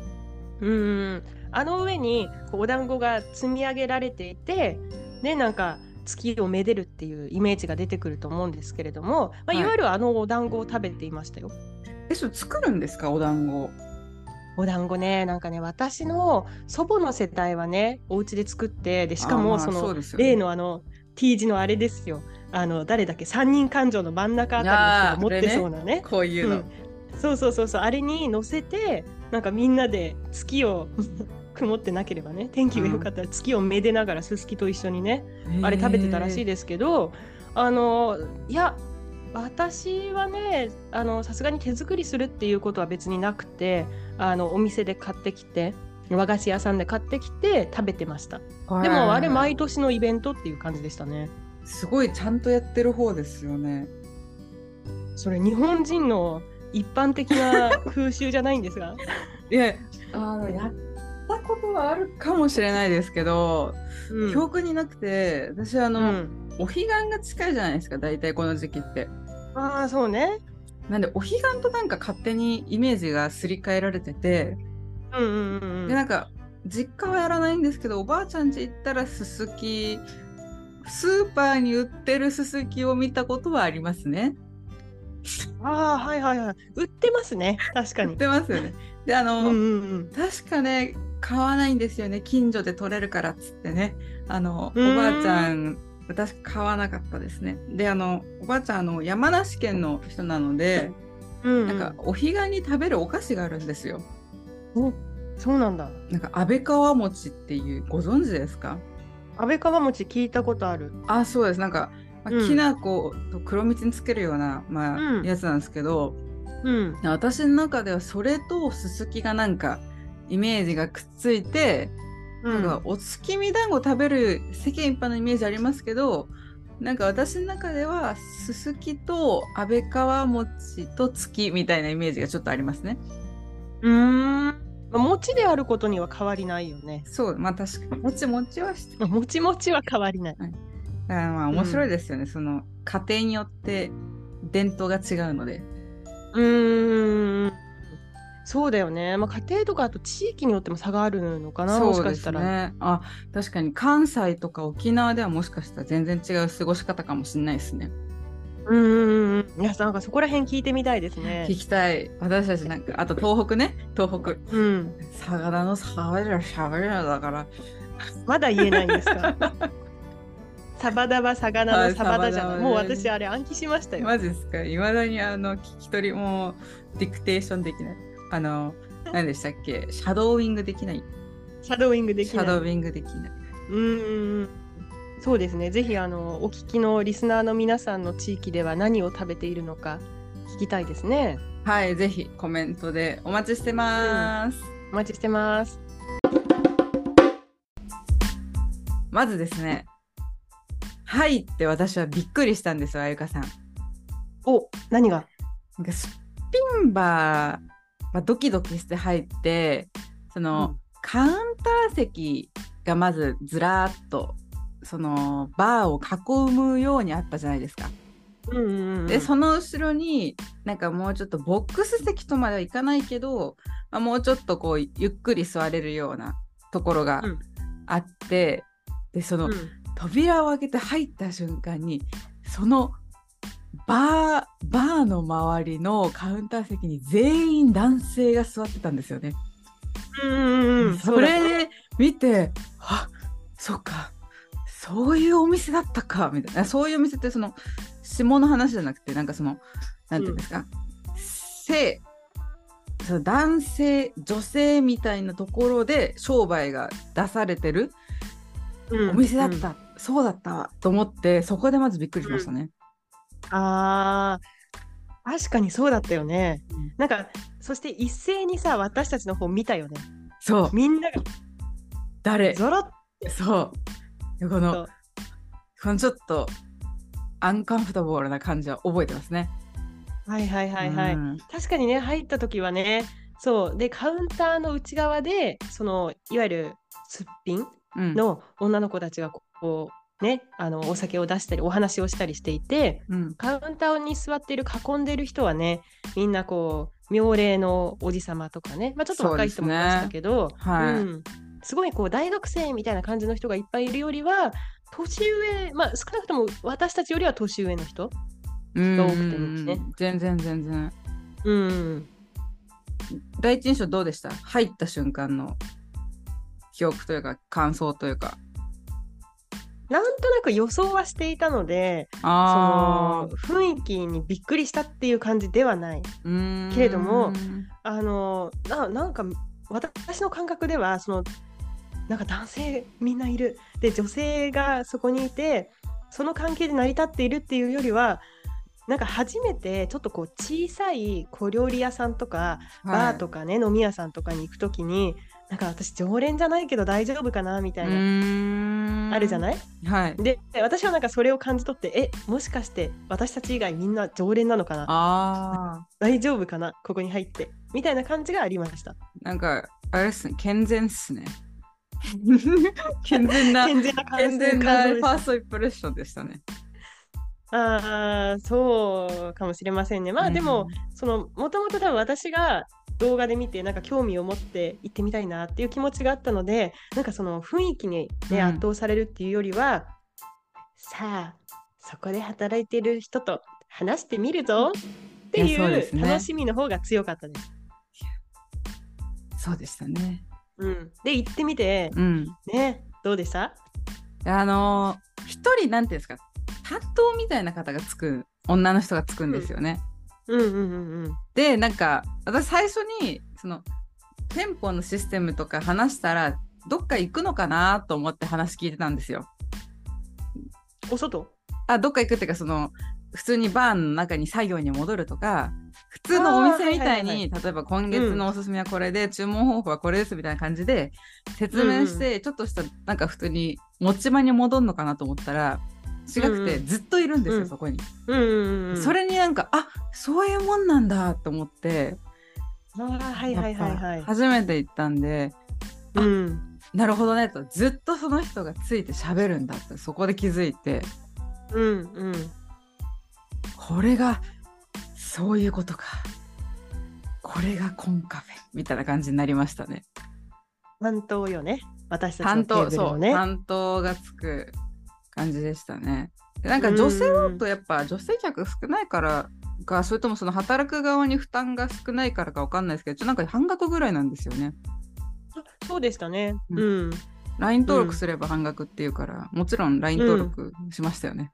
Speaker 1: うんうんあの上にこうお団子が積み上げられていてでなんか月をめでるっていうイメージが出てくると思うんですけれども、まあ、
Speaker 2: はい
Speaker 1: いわゆるあのお団子を食べていましたよ。
Speaker 2: え、それ作るんですかお団子。
Speaker 1: お団子ねなんかね私の祖母の世代はねお家で作ってでしか
Speaker 2: あ
Speaker 1: も
Speaker 2: ー
Speaker 1: その
Speaker 2: うですよね
Speaker 1: 例のあの T 字のあれですよあの誰だっけ三人感情の真ん中あたりの人が持ってそうなね
Speaker 2: こういうの。
Speaker 1: うん、そうそうそうそうあれに乗せてなんかみんなで月を 曇ってなければね天気が良かったら月をめでながらすすきと一緒にねあれ食べてたらしい
Speaker 2: で
Speaker 1: ですけど、あのいや私はねあのさすがに手作りするっていうことは別になくてあのお店で買ってきて和菓子屋さんで買ってきて食べてました
Speaker 2: す。
Speaker 1: でもあれ
Speaker 2: 毎
Speaker 1: 毎年のイベントっていう感じでしたね
Speaker 2: すごいちゃんとやってる方ですよね。
Speaker 1: それ日本人の一般的な風習じゃないんですが、
Speaker 2: いや、あのやったことはあるかもしれないですけど、
Speaker 1: うん
Speaker 2: 記憶になくて私あ
Speaker 1: う
Speaker 2: の、
Speaker 1: ん、
Speaker 2: お彼岸が近いじゃないですか大体この時期って
Speaker 1: ああそうね
Speaker 2: なんでお彼岸となんか勝手にイメージがすり替えられてて、
Speaker 1: うんうんうんう
Speaker 2: でなんんか実家はやらないんですけどおばあちゃん家行ったらすすきスーパーに売ってるすすきを見たことはありますね
Speaker 1: ああはいはいはい売ってますね確か
Speaker 2: 売っ
Speaker 1: に
Speaker 2: てますよねであ
Speaker 1: う
Speaker 2: の、
Speaker 1: んうん
Speaker 2: 確かね買わないんですよね近所で取れるからっつってねあのお
Speaker 1: うーん
Speaker 2: ばあちゃん私買わなかったですねであのおばあちゃんあの山梨県の人なので、
Speaker 1: うんうん
Speaker 2: なんかお彼岸に食べるお菓子があるんですよ
Speaker 1: そうなんだ
Speaker 2: なんか安倍川餅っていうご存知ですか
Speaker 1: 安倍川餅聞いたことある
Speaker 2: あそうですなんかまあ
Speaker 1: うん
Speaker 2: きなこと黒蜜につけるような、まあ
Speaker 1: うん
Speaker 2: やつなんですけど、
Speaker 1: うん。
Speaker 2: 私の中ではそれとすすきがなんかイメージがくっついて、
Speaker 1: う
Speaker 2: なんか
Speaker 1: ん。
Speaker 2: お月見団子食べる世間一般のイメージありますけどなんか私の中ではすすきと安倍川餅と月みたいなイメージがちょっとありますね。
Speaker 1: うーん。まあ餅であることには変わりないよね。
Speaker 2: そうまあ確かにもちもちはして
Speaker 1: まあもちもちは変わりない。
Speaker 2: あーまあ面白いですよね、その家庭によって伝統が違うので。
Speaker 1: うーん。そうだよね。まあ、家庭とかあと地域によっても差があるのかな、もしかしたら。
Speaker 2: ね。あ確かに関西とか沖縄ではもしかしたら全然違う過ごし方かもしれないですね。
Speaker 1: うんうんうん。いや、なんかそこら辺聞いてみたいですね
Speaker 2: 聞。きたい私たちなんかあと東北ね東北
Speaker 1: うん。
Speaker 2: 魚のサバラサバラだから
Speaker 1: まだ言えないんです か。サバダは魚のサバダじゃな。
Speaker 2: はいい
Speaker 1: もう
Speaker 2: サバダはね
Speaker 1: 私あれ暗記しましたよ。
Speaker 2: マジですかいまだにあの聞き取りもうディクテーションできないあの何でしたっけシャドーイングできない
Speaker 1: シャドーイングでき
Speaker 2: シ
Speaker 1: な
Speaker 2: ャ
Speaker 1: い。
Speaker 2: ドーイングできない
Speaker 1: うんうんうん。そうですね。ぜひあのお聞きのリスナーの皆さんの地域では何を食べているのか聞きたいですね。
Speaker 2: はいぜひコメントでお待ちしてます、
Speaker 1: お待ちしてます。
Speaker 2: まずですねはいって私はびっくりしたんですよあゆかさん
Speaker 1: お、何が？
Speaker 2: なんかスピンバーはドキドキして入ってその、
Speaker 1: うん
Speaker 2: カウンター席がまずずらーっとそのバーを囲むようにあったじゃないですか。
Speaker 1: うんうんうん。
Speaker 2: でその後ろになんかもうちょっとボックス席とまではいかないけど、まあ、もうちょっとこうゆっくり座れるようなところが
Speaker 1: うん
Speaker 2: あって、でその、
Speaker 1: うん
Speaker 2: 扉を開けて入った瞬間にそのバーバーの周りのカウンター席に全員男性が座ってたんですよね。
Speaker 1: うんうんうん。
Speaker 2: そ
Speaker 1: そうだ
Speaker 2: れで見てあそっかそういうお店だったかみたいなそういうお店ってその下の話じゃなくてなんかそのなんていうんですか、性その男性女性みたいなところで商売が出されてる
Speaker 1: うん
Speaker 2: お店だった、そうだったわと思ってそこでまずびっくりしましたね。
Speaker 1: ああ、確かにそうだったよね
Speaker 2: うん。
Speaker 1: なんかそして一斉にさ私たちの方見たよね。
Speaker 2: そう
Speaker 1: みんなが
Speaker 2: 誰
Speaker 1: ゾロッ
Speaker 2: そうでこ
Speaker 1: そ
Speaker 2: の
Speaker 1: う
Speaker 2: このちょっとアンカンフタボールな感じは覚えてますね。
Speaker 1: はいはいはいはい。
Speaker 2: うん
Speaker 1: 確かにね入った時はねそうでカウンターの内側でそのいわゆるすっぴん
Speaker 2: うん
Speaker 1: の女の子たちがこうねあのお酒を出したりお話をしたりしていて
Speaker 2: うん
Speaker 1: カウンターに座っている囲んでいる人はねみんなこう妙齢のおじさまとかね、まあ、ちょっと若い人もいましたけど
Speaker 2: すねはい
Speaker 1: うんすごいこう大学生みたいな感じの人がいっぱいいるよりは年上、まあ、少なくとも私たちよりは年上の人、
Speaker 2: うん
Speaker 1: 多くてですね
Speaker 2: 全然全然
Speaker 1: うん、
Speaker 2: 第一印象どうでした入った瞬間の記憶というか感想というか
Speaker 1: なんとなく予想はしていたので、そ
Speaker 2: あ
Speaker 1: の雰囲気にびっくりしたっていう感じではない。
Speaker 2: あの
Speaker 1: けれどもあのななんか私の感覚ではそのなんか男性みんないるで女性がそこにいてその関係で成り立っているっていうよりはなんか初めてちょっとこう小さい小料理屋さんとかバーとかね、飲み屋さんとかに行く時になんか私常連じゃないけど大丈夫かなみたいな、あるじゃ
Speaker 2: い
Speaker 1: ない
Speaker 2: はい
Speaker 1: で私はなんかそれを感じ取ってえもしかして私たち以外みんな常連なのかな
Speaker 2: ああ
Speaker 1: 大丈夫かなここに入ってみたいな感じがありました
Speaker 2: なんかあれっすね健全っ すね健全な
Speaker 1: 健全な感
Speaker 2: 健
Speaker 1: じ
Speaker 2: 全なファ
Speaker 1: 感
Speaker 2: ーストインプレッションでしたね
Speaker 1: ああそうかもしれませんねまあでも、そのもともと多分私が動画で見てなんか興味を持って行ってみたいなっていう気持ちがあったのでなんかその雰囲気に、ね
Speaker 2: うん
Speaker 1: 圧倒されるっていうよりは、さあそこで働いてる人と話してみるぞって
Speaker 2: い
Speaker 1: い
Speaker 2: やそうです
Speaker 1: う
Speaker 2: ね
Speaker 1: 楽しみの方が強かったです。
Speaker 2: うんそうでしたね
Speaker 1: うん、で行ってみて、
Speaker 2: うん
Speaker 1: ねどうでした
Speaker 2: あのー一人なんていうんですか担当みたいな方がつく女の人がつくんですよね。
Speaker 1: うんうんうんうん
Speaker 2: でなんか私最初にその店舗のシステムとか話したらどっか行くのかなと思って話聞いてたんですよ。
Speaker 1: お外
Speaker 2: あどっか行くっていうかその普通にバーの中に作業に戻るとか普通のお店みたいに、
Speaker 1: あーはいはい
Speaker 2: 例えば今月のおすすめはこれで、注文方法はこれですみたいな感じで説明して、ちょっとしたなんか普通に持ち場に戻るのかなと思ったら違くて、
Speaker 1: うんうん
Speaker 2: ずっといるんですよ、
Speaker 1: うん
Speaker 2: そこに。
Speaker 1: うんうんうん、
Speaker 2: それになんかあそういうもんなんだと思って、
Speaker 1: あーはいはいはいは
Speaker 2: やっ
Speaker 1: い
Speaker 2: ぱ。初めて行ったんで
Speaker 1: うん
Speaker 2: なるほどねとずっとその人がついて喋るんだってそこで気づいて
Speaker 1: うんうん。
Speaker 2: これがそういうことかこれがコンカフェみたいな感じになりましたね。
Speaker 1: 担当よね。私たちの
Speaker 2: 担
Speaker 1: テー
Speaker 2: 当
Speaker 1: ブル
Speaker 2: そ
Speaker 1: の
Speaker 2: う
Speaker 1: ね。
Speaker 2: 担当がつく感じでしたね。でなんか女性
Speaker 1: だ
Speaker 2: ちょっとやっぱ女性客少ないからかそれともその働く側に負担が少ないからかわかんないですけどちょなんか半額ぐらいなんですよね。
Speaker 1: そうでしたね。
Speaker 2: う
Speaker 1: うん。
Speaker 2: LINE 登録すれば半額っていうから、もちろん LINE 登録しましたよね。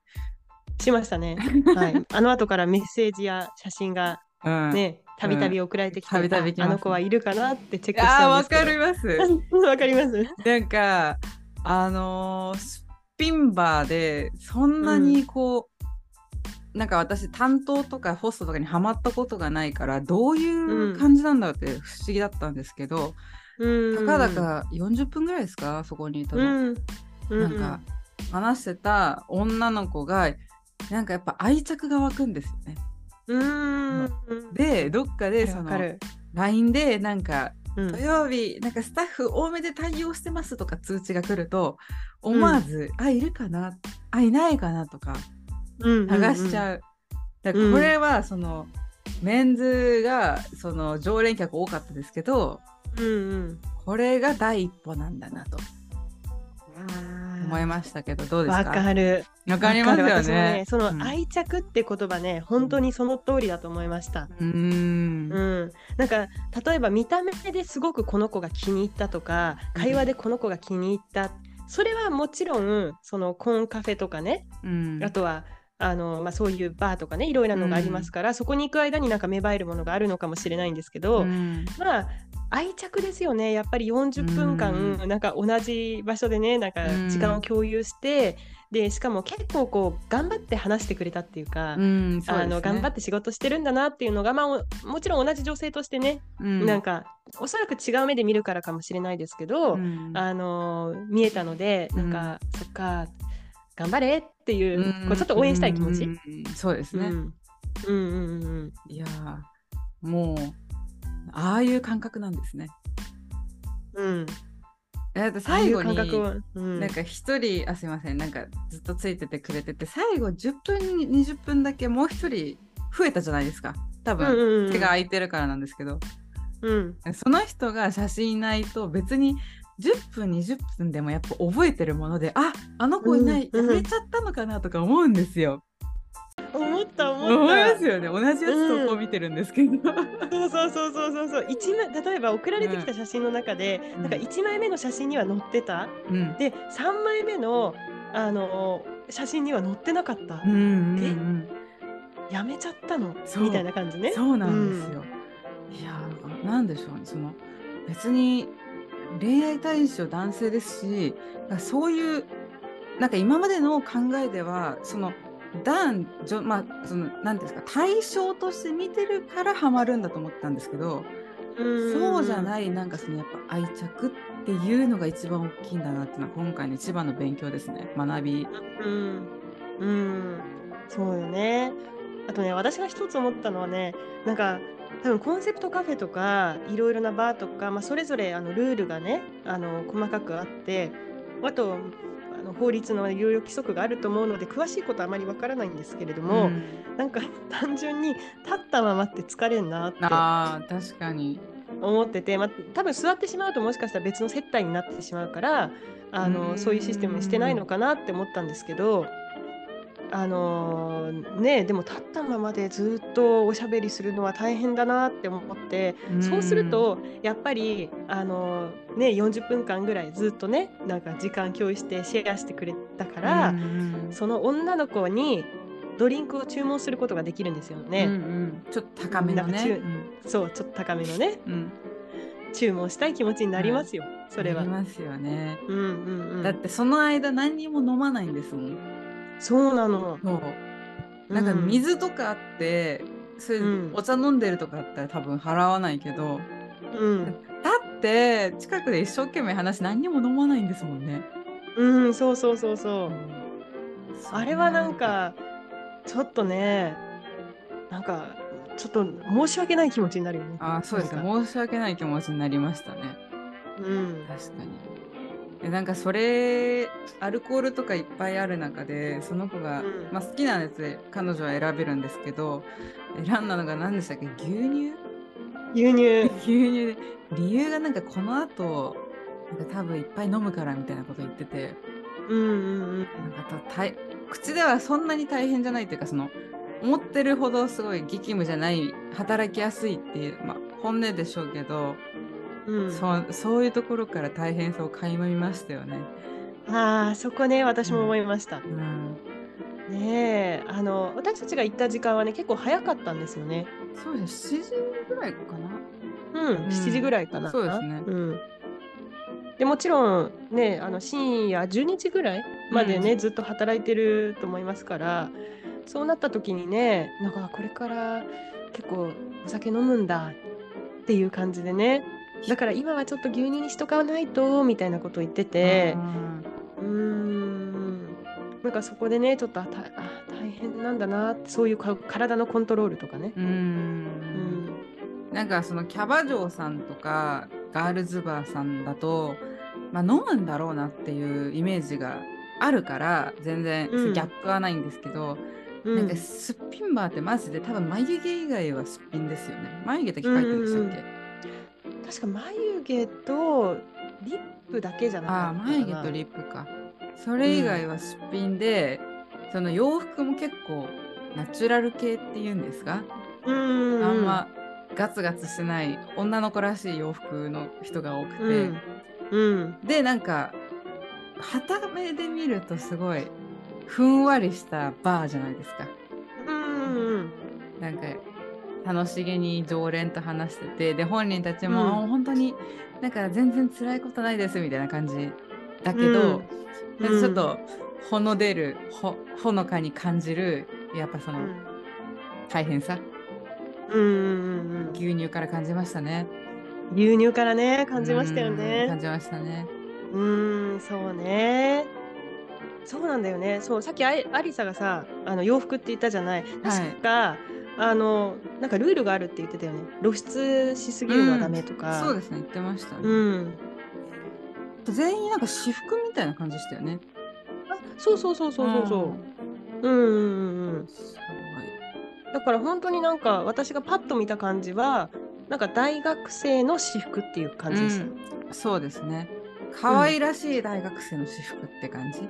Speaker 1: しました ね。はい。あの後からメッセージや写真が
Speaker 2: うん
Speaker 1: ね、たびたび送られてきて、
Speaker 2: うんたびたび来ま
Speaker 1: ああ
Speaker 2: す
Speaker 1: の子はいるかなってチェックし
Speaker 2: あー
Speaker 1: たんで
Speaker 2: わ
Speaker 1: すけど。
Speaker 2: かります。
Speaker 1: うん。わかります。
Speaker 2: なんかあのースピンバーでそんなにこう、なんか私担当とかホストとかにハマったことがないからどういう感じなんだろうって不思議だったんですけど、
Speaker 1: う
Speaker 2: た
Speaker 1: ん。
Speaker 2: かだか40分ぐらいですかそこにいた
Speaker 1: う
Speaker 2: の。
Speaker 1: ん。う
Speaker 2: なんか、話してた女の子がなんかやっぱ愛着が湧くんですよね。
Speaker 1: うん。
Speaker 2: でどっかでそ
Speaker 1: わ
Speaker 2: の
Speaker 1: かる。
Speaker 2: LINE でなんか
Speaker 1: う
Speaker 2: 土
Speaker 1: ん。
Speaker 2: 曜日なんかスタッフ多めで対応してますとか通知が来ると思わず、あいるかなあいないかなとか
Speaker 1: うん
Speaker 2: 探しちゃう。だからこれはその、メンズがその常連客多かったですけど
Speaker 1: うんうん。
Speaker 2: これが第一歩なんだなと思い
Speaker 1: ま
Speaker 2: ましたけどどうです
Speaker 1: わ
Speaker 2: か
Speaker 1: かる。
Speaker 2: わかります
Speaker 1: わかる
Speaker 2: よ
Speaker 1: 私も
Speaker 2: ね。
Speaker 1: そ
Speaker 2: うん
Speaker 1: の愛着って言葉ね、本当にその通りだと思いました。
Speaker 2: うーん
Speaker 1: うん、なんか例えば見た目ですごくこの子が気に入ったとか
Speaker 2: うん
Speaker 1: 会話でこの子が気に入ったそれはもちろんそのコンカフェとかね
Speaker 2: うん
Speaker 1: あとはあの、まあ、そういうバーとかねいろいろなのがありますから、そこに行く間になんか芽生えるものがあるのかもしれないんですけど、
Speaker 2: うん
Speaker 1: まあ愛着ですよねやっぱり40分間、なんか同じ場所でねなんか
Speaker 2: うん
Speaker 1: 時間を共有して、でしかも結構こう頑張って話してくれたっていうか。
Speaker 2: うんそう
Speaker 1: あの頑張って仕事してるんだなっていうのが、まあ、おもちろん同じ女性としてね、
Speaker 2: て、うん
Speaker 1: なんかおそらく違う目で見るからかもしれないですけど、
Speaker 2: うん
Speaker 1: あの見えたのでなんか、そっか頑張れっていう,、
Speaker 2: うん
Speaker 1: こうちょっと応援したい気持ち。
Speaker 2: うんそうですね、
Speaker 1: うんうんうんうん
Speaker 2: いやーもうああいう感覚なんですね
Speaker 1: うん、
Speaker 2: だ
Speaker 1: あ
Speaker 2: って
Speaker 1: あい
Speaker 2: 最
Speaker 1: う
Speaker 2: 後
Speaker 1: 感
Speaker 2: に
Speaker 1: 覚は、うん、
Speaker 2: なんか一人あすいませんなんかずっとついててくれてて最後10分20分だけもう一人増えたじゃないですか多
Speaker 1: うん
Speaker 2: 分、
Speaker 1: うんうん
Speaker 2: 手が空いてるからなんですけど
Speaker 1: うん
Speaker 2: その人が写真いないと別に10分20分でもやっぱ覚えてるものでああの子いない、
Speaker 1: うんうん
Speaker 2: やめちゃったのかなとか思うんですよ。
Speaker 1: 思った思った
Speaker 2: 思いますよね同じやつ投稿見てるんですけ ど。
Speaker 1: そうそうそうそうそうそう一枚例えば送られてきた写真の中で、
Speaker 2: うん
Speaker 1: なんか1枚目の写真には載ってた、
Speaker 2: うん
Speaker 1: で3枚目のあの写真には載ってなかった、
Speaker 2: うんうん
Speaker 1: やめちゃったの
Speaker 2: そう
Speaker 1: みたいな感じ
Speaker 2: う
Speaker 1: ね
Speaker 2: ん、そうなんですよ。いやーなんでしょうねその別に恋愛対象男性ですしそういうなんか今までの考えではその男女まあその何ですか対象として見てるからハマるんだと思ったんですけど、そうじゃ
Speaker 1: い
Speaker 2: ないなんかそのやっぱ愛着っていうのが一番大きいんだなっていうのは今回の一番の勉強ですね学び。
Speaker 1: うん、うん、そうよねあとね私が一つ思ったのはねなんか多分コンセプトカフェとかいろいろなバーとか、まあ、それぞれあのルールがねあの細かくあってあとあの法律のいろいろ規則があると思うので詳しいことはあまりわからないんですけれども、
Speaker 2: ん
Speaker 1: なんか単純に立ったままって疲れるなって
Speaker 2: あー確かに。
Speaker 1: 思ってて、まあ、多分座ってしまうともしかしたら別の接待になってしまうからあ
Speaker 2: う
Speaker 1: の
Speaker 2: ん
Speaker 1: そういうシステムにしてないのかなって思ったんですけどあのーねでも立ったままでずっとおしゃべりするのは大変だなって思ってそうするとやっぱりあのーね40分間ぐらいずっとねなんか時間共有してシェアしてくれたか、
Speaker 2: から
Speaker 1: その女の子にドリンクを注文することができるんですよね。
Speaker 2: うんうん、ちょっと高めの
Speaker 1: なんか中
Speaker 2: ね。
Speaker 1: そうちょっと高めのね
Speaker 2: うんうん、
Speaker 1: 注文したい気持ちになりますよ、それは。
Speaker 2: ありますよね。
Speaker 1: うんうんうん、
Speaker 2: だってその間何にも飲まないんですもん。
Speaker 1: そうなの。
Speaker 2: そうなんか
Speaker 1: う
Speaker 2: 水とかあって、それ
Speaker 1: うん
Speaker 2: お茶飲んでるとかだったら多分払わないけど、
Speaker 1: うん、
Speaker 2: だって近くで一生懸命話何にも飲まないんですもんね。
Speaker 1: うん、そうそうそうそう。
Speaker 2: そ
Speaker 1: あれはなんかちょっとね、なんかちょっと申し訳ない気持ちになるよね。
Speaker 2: あそうですね
Speaker 1: なんか
Speaker 2: 申し訳ない気持ちになりましたね
Speaker 1: うん、
Speaker 2: 確かにえなんかそれアルコールとかいっぱいある中でその子が、
Speaker 1: うん
Speaker 2: まあ、好きなやつで彼女は選べるんですけど選んだのが何でしたっけ牛乳
Speaker 1: 牛乳。
Speaker 2: 牛乳で理由がなんかこの後なんか多分いっぱい飲むからみたいなこと言ってて
Speaker 1: うんうん
Speaker 2: なんかたたい口ではそんなに大変じゃないっていうかその思ってるほどすごい激務じゃない働きやすいっていう、まあ、本音でしょうけど
Speaker 1: うん。うん、
Speaker 2: そうそういうところから大変さを垣間見ましたよね。
Speaker 1: ああそこね私も思いました。
Speaker 2: うん、
Speaker 1: ねえあの私たちが行った時間はね結構早かったんですよね。
Speaker 2: そうです7時ぐらいかな。
Speaker 1: うん、7時ぐらいかな。
Speaker 2: そうですね
Speaker 1: うん。でもちろんね、あの深夜12時ぐらいまでね、ずっと働いてると思いますから、そうなった時にね、なんかあこれから結構お酒飲むんだっていう感じでね、だから今はちょっと牛乳にしとかないとみたいなこと言ってて、うーん、なんかそこでね、ちょっとあたあ大変なんだなって、そういうか体のコントロールとかね。
Speaker 2: うんうんなんかそのキャバ嬢さんとかガールズバーさんだと、まあ、飲むんだろうなっていうイメージがあるから全然ギ
Speaker 1: うん
Speaker 2: ャップはないんですけど、
Speaker 1: うん
Speaker 2: なんかすっぴんバーってマジで多分眉毛以外はすっぴんですよね。眉毛だけ描いてるんでしたっけ、
Speaker 1: 確か眉毛とリップだけじゃな
Speaker 2: ああ
Speaker 1: かった
Speaker 2: 眉毛とリップかそれ以外はすっぴんで、その洋服も結構ナチュラル系っていうんですか、
Speaker 1: プうんうん
Speaker 2: あんまガツガツしてない女の子らしい洋服の人が多くて、
Speaker 1: うん、うん、
Speaker 2: でなんか傍目で見るとすごいふんわりしたバーじゃないですか
Speaker 1: うんうん
Speaker 2: なんか楽しげに常連と話しててで本人たちも、
Speaker 1: うん
Speaker 2: あ本当になんか全然辛いことないですみたいな感じだけど、
Speaker 1: うん
Speaker 2: なんかちょっとほの出るほほのかに感じるやっぱその大変さ、
Speaker 1: うんうんうんうん
Speaker 2: 牛乳から感じましたね
Speaker 1: 牛乳からね感じましたよ
Speaker 2: うん
Speaker 1: ね
Speaker 2: 感じましたね
Speaker 1: うんそうねそうなんだよねそうさっきあいアリサがさあの洋服って言ったじゃない確か、あのなんかルールがあるって言ってたよね露出しすぎるのはダメとか、
Speaker 2: そうですね言ってましたね、
Speaker 1: うん
Speaker 2: 全員なんか私服みたいな感じでしたよね
Speaker 1: あそうそうそうそうそうそう、うんうんうんうん
Speaker 2: す
Speaker 1: だから本当になんか私がパッと見た感じはなんか大学生の私服っていう感じでした、
Speaker 2: うごいそうですね可愛らしい大学生の私服って感じ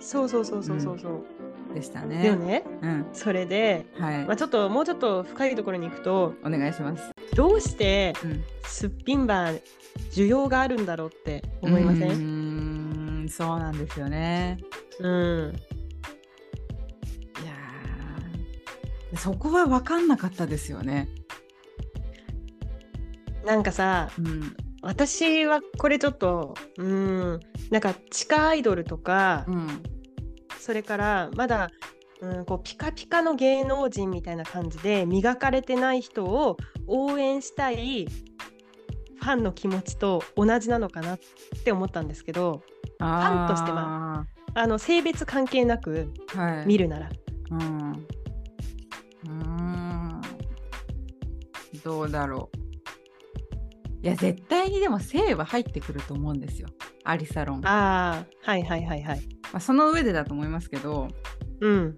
Speaker 1: そうそうそうそうそうそう、
Speaker 2: でした
Speaker 1: だ
Speaker 2: ね
Speaker 1: よね
Speaker 2: うん
Speaker 1: それで、
Speaker 2: はい、
Speaker 1: まあ、ちょっともうちょっと深いところに行くと
Speaker 2: お願いします、
Speaker 1: どうして
Speaker 2: うん、
Speaker 1: すっぴんバー需要があるんだろうって思いませ
Speaker 2: うんーんそうなんですよね
Speaker 1: うん
Speaker 2: いやーそこは分かんなかったですよね。
Speaker 1: なんかさ
Speaker 2: うん
Speaker 1: 私はこれちょっとうんなんか地下アイドルとか、
Speaker 2: うん
Speaker 1: それからまだ、うん、こうピカピカの芸能人みたいな感じで磨かれてない人を応援したいファンの気持ちと同じなのかなって思ったんですけどァンとして
Speaker 2: は、
Speaker 1: あの性別関係なく
Speaker 2: はい、
Speaker 1: 見
Speaker 2: る。
Speaker 1: るなら。
Speaker 2: うんうーんどうだろう。いや絶対にでも性は入ってくると思うんですよアリサロン。
Speaker 1: あ
Speaker 2: ま
Speaker 1: あはいはいはいはい。
Speaker 2: あ、その上でだと思いますけど、
Speaker 1: うん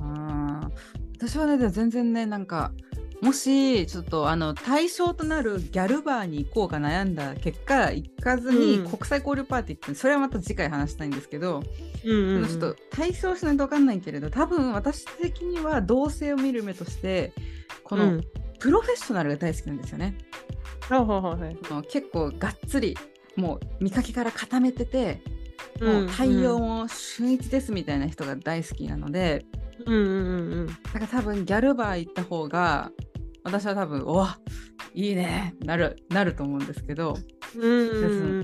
Speaker 2: まあ、私はねでも全然ねなんかもしちょっとあの対象となるギャルバーに行こうか悩んだ結果行かずに
Speaker 1: うん
Speaker 2: 国際交流パーティーって、それはまた次回話したいんですけど、
Speaker 1: うんうんうん
Speaker 2: ちょっと対象しないと分かんないけれど多分私的には同性を見る目としてこ
Speaker 1: う
Speaker 2: の
Speaker 1: ん
Speaker 2: プロフェッショナルが大好きなんですよね。
Speaker 1: はいはいはい
Speaker 2: この結構がっつりもう見かけから固めてて、もう
Speaker 1: うん
Speaker 2: 対応も秀逸ですみたいな人が大好きなので、
Speaker 1: うんうんうん
Speaker 2: だから多分ギャルバー行った方が私は多分おわいいねなるなると思うんですけど、
Speaker 1: うんうんうんう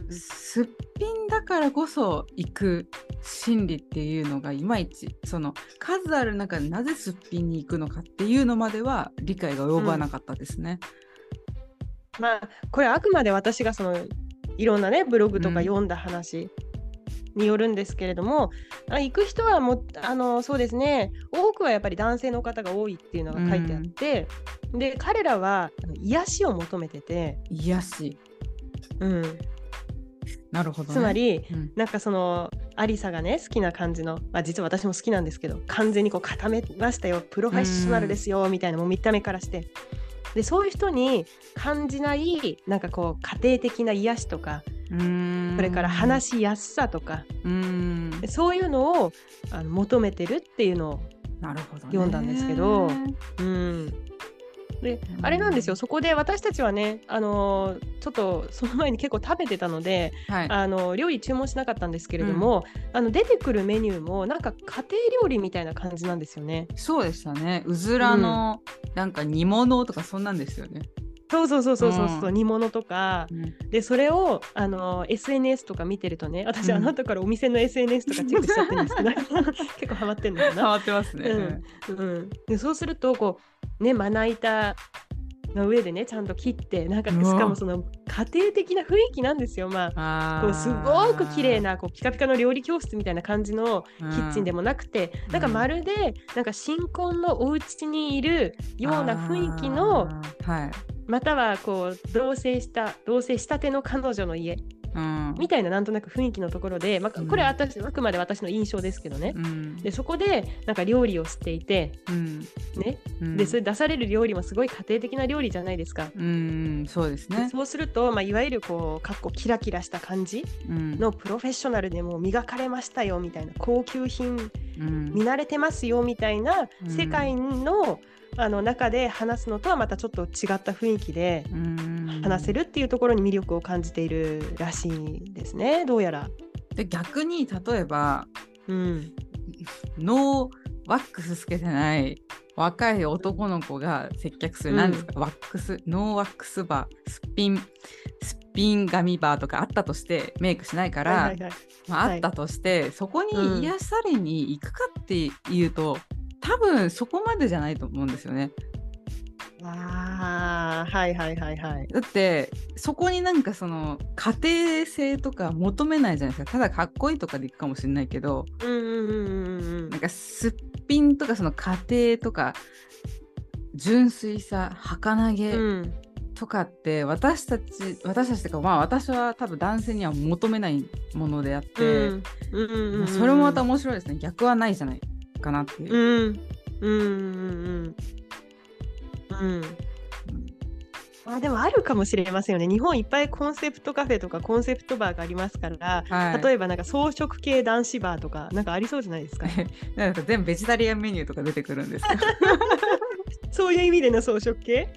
Speaker 1: ん
Speaker 2: でそのすっぴんだからこそ行く心理っていうのがいまいちその数ある中でなぜすっぴんに行くのかっていうのまでは理解が及ばなかったですね。
Speaker 1: まあこれあくまで私がそのいろんなねブログとか読んだ話によるんですけれども、あ行く人はもうあのそうですね多くはやっぱり男性の方が多いっていうのが書いてあって、で彼らはあの癒しを求めてて、
Speaker 2: 癒し
Speaker 1: うん、
Speaker 2: なるほど、ね、
Speaker 1: つま、り
Speaker 2: うん
Speaker 1: なんかそのアリサがね好きな感じの、まあ、実は私も好きなんですけど完全にこう固めましたよプロフェッショナルですよみたいなもう見た目からしてでそういう人に感じないなんかこう家庭的な癒しとか
Speaker 2: うーん
Speaker 1: それから話しやすさとか
Speaker 2: うーん
Speaker 1: そういうのをあの求めてるっていうのを、
Speaker 2: なるほどね、
Speaker 1: 読んだんですけどうん、であれなんですよそこで私たちはねあのーちょっとその前に結構食べてたので
Speaker 2: はい、
Speaker 1: あの料理注文しなかったんですけれども、あの出てくるメニューもなんか家庭料理みたいな感じなんですよね。
Speaker 2: そうでしたねうずらのなんか煮物とかそんなんですよね。
Speaker 1: そうそうそうそうそうそう、煮物とか
Speaker 2: うん
Speaker 1: でそれをあの SNS とか見てるとね私、
Speaker 2: うん
Speaker 1: あなたからお店の SNS とかチェックしちゃってるんですけど 結構ハマってんのか
Speaker 2: 変
Speaker 1: な。
Speaker 2: わってますね。
Speaker 1: うんうん、でそうするとこうねまな板の上でねちゃんと切ってなんかし
Speaker 2: うわ
Speaker 1: かもその家庭的な雰囲気なんですよまあ。
Speaker 2: あ
Speaker 1: こう
Speaker 2: ー
Speaker 1: すごく綺麗なこうピカピカの料理教室みたいな感じの
Speaker 2: キ
Speaker 1: キッチンで
Speaker 2: も
Speaker 1: もなくて、
Speaker 2: うん
Speaker 1: なんかまるでなんか新婚のお家にいるような雰囲気の
Speaker 2: はい
Speaker 1: またはこう同棲した同棲したての彼女の家
Speaker 2: うん
Speaker 1: みたいななんとなく雰囲気のところで、まあ、
Speaker 2: うん
Speaker 1: これは私あくまで私の印象ですけどね、
Speaker 2: うん
Speaker 1: でそこでなんか料理をしていて、
Speaker 2: うん
Speaker 1: ね
Speaker 2: うん
Speaker 1: でそれ出される料理もすごい家庭的な料理じゃないですか。
Speaker 2: うんそうですね。
Speaker 1: そうすると、まあ、いわゆるこうかっこキラキラした感じ
Speaker 2: うん
Speaker 1: のプロフェッショナルでもう磨かれましたよみたいな高級品
Speaker 2: うん
Speaker 1: 見慣れてますよみたいな
Speaker 2: うん
Speaker 1: 世界の,、あの中で話すのとはまたちょっと違った雰囲気で
Speaker 2: うん
Speaker 1: 話せるっていうところに魅力を感じているらしいですねどうやら。
Speaker 2: で逆に例えば
Speaker 1: うん、
Speaker 2: ノーワックスつけてない若い男の子が接客する、
Speaker 1: うん
Speaker 2: なんですかワックスノーワックスバーすっぴんすっぴん髪バーとかあったとしてメイクしないから、
Speaker 1: はいはいはい
Speaker 2: まあ、
Speaker 1: は
Speaker 2: あ
Speaker 1: い
Speaker 2: ったとして、そこ
Speaker 1: う
Speaker 2: に
Speaker 1: ん
Speaker 2: 癒されに行くかっていうと、多分そこまでじゃないと思うんですよね。
Speaker 1: あーはいはいはいはい。
Speaker 2: だってそこになんかその家庭性とか求めないじゃないですかただかっこいいとかで行くかもしれないけど
Speaker 1: うんうんうんうんうん
Speaker 2: なんかすっぴんとかその家庭とか純粋さ儚げ
Speaker 1: うん
Speaker 2: とかって私たち、私たちとかまあ私は多分男性には求めないものであって、
Speaker 1: うんうんうんう
Speaker 2: まあ
Speaker 1: ん
Speaker 2: それもまた面白いですね逆はないじゃないかなっていう。
Speaker 1: うんうんうんうんうんまあでもあるかもしれませんよね日本いっぱいコンセプトカフェとかコンセプトバーがありますから、
Speaker 2: はい、
Speaker 1: 例えばなんか装飾系男子バーとかなんかありそうじゃないですか
Speaker 2: なんか全部ベジタリアンメニューとか出てくるんですよ。
Speaker 1: そういう意味での装飾系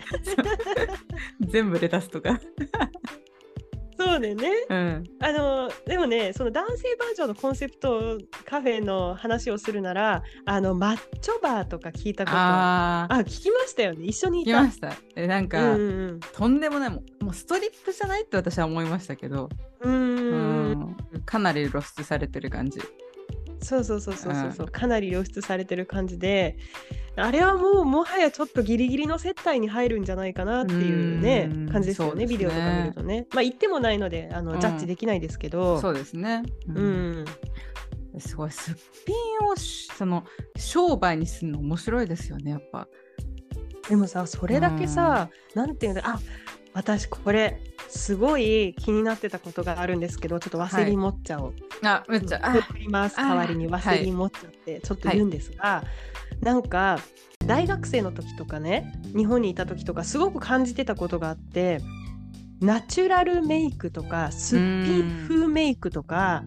Speaker 2: 全部レタスとか。
Speaker 1: そうだよね
Speaker 2: うん。
Speaker 1: あのでもねその男性バージョンのコンセプトカフェの話をするならあのマッチョバーとか聞いたことあ
Speaker 2: ああ、
Speaker 1: 聞きましたよね一緒にい
Speaker 2: 聞き
Speaker 1: た
Speaker 2: ました。えなんか、
Speaker 1: うんうん
Speaker 2: とんでもないもうもうストリップじゃないって私は思いましたけど、
Speaker 1: うんうん
Speaker 2: う
Speaker 1: うんうん
Speaker 2: ん、かなり露出されてる感じ。
Speaker 1: そうそうそうそうそうそう、
Speaker 2: う
Speaker 1: かなり露出されてる感じであれはもうもはやちょっとギリギリの接待に入るんじゃないかなっていうね
Speaker 2: うん
Speaker 1: 感じですよ
Speaker 2: そう
Speaker 1: ね
Speaker 2: です
Speaker 1: ビ
Speaker 2: ね
Speaker 1: デオとか見るとねまあ言ってもないのであの、
Speaker 2: うん
Speaker 1: ジャッジできないですけど
Speaker 2: そうですね。
Speaker 1: う、ん
Speaker 2: すごいすっぴんをしその商売にするの面白いですよねやっぱ。
Speaker 1: でもさそれだけさ、なんていうんだあ私これすごい気になってたことがあるんですけどちょっとワセリン持っちゃおう、
Speaker 2: あめっちゃあ
Speaker 1: 送ります
Speaker 2: あ
Speaker 1: 代わりにワセリン持っちゃってちょっと言うんですが、なんか大学生の時とかね日本にいた時とかすごく感じてたことがあってナチュラルメイクとかすっぴん風メイクとか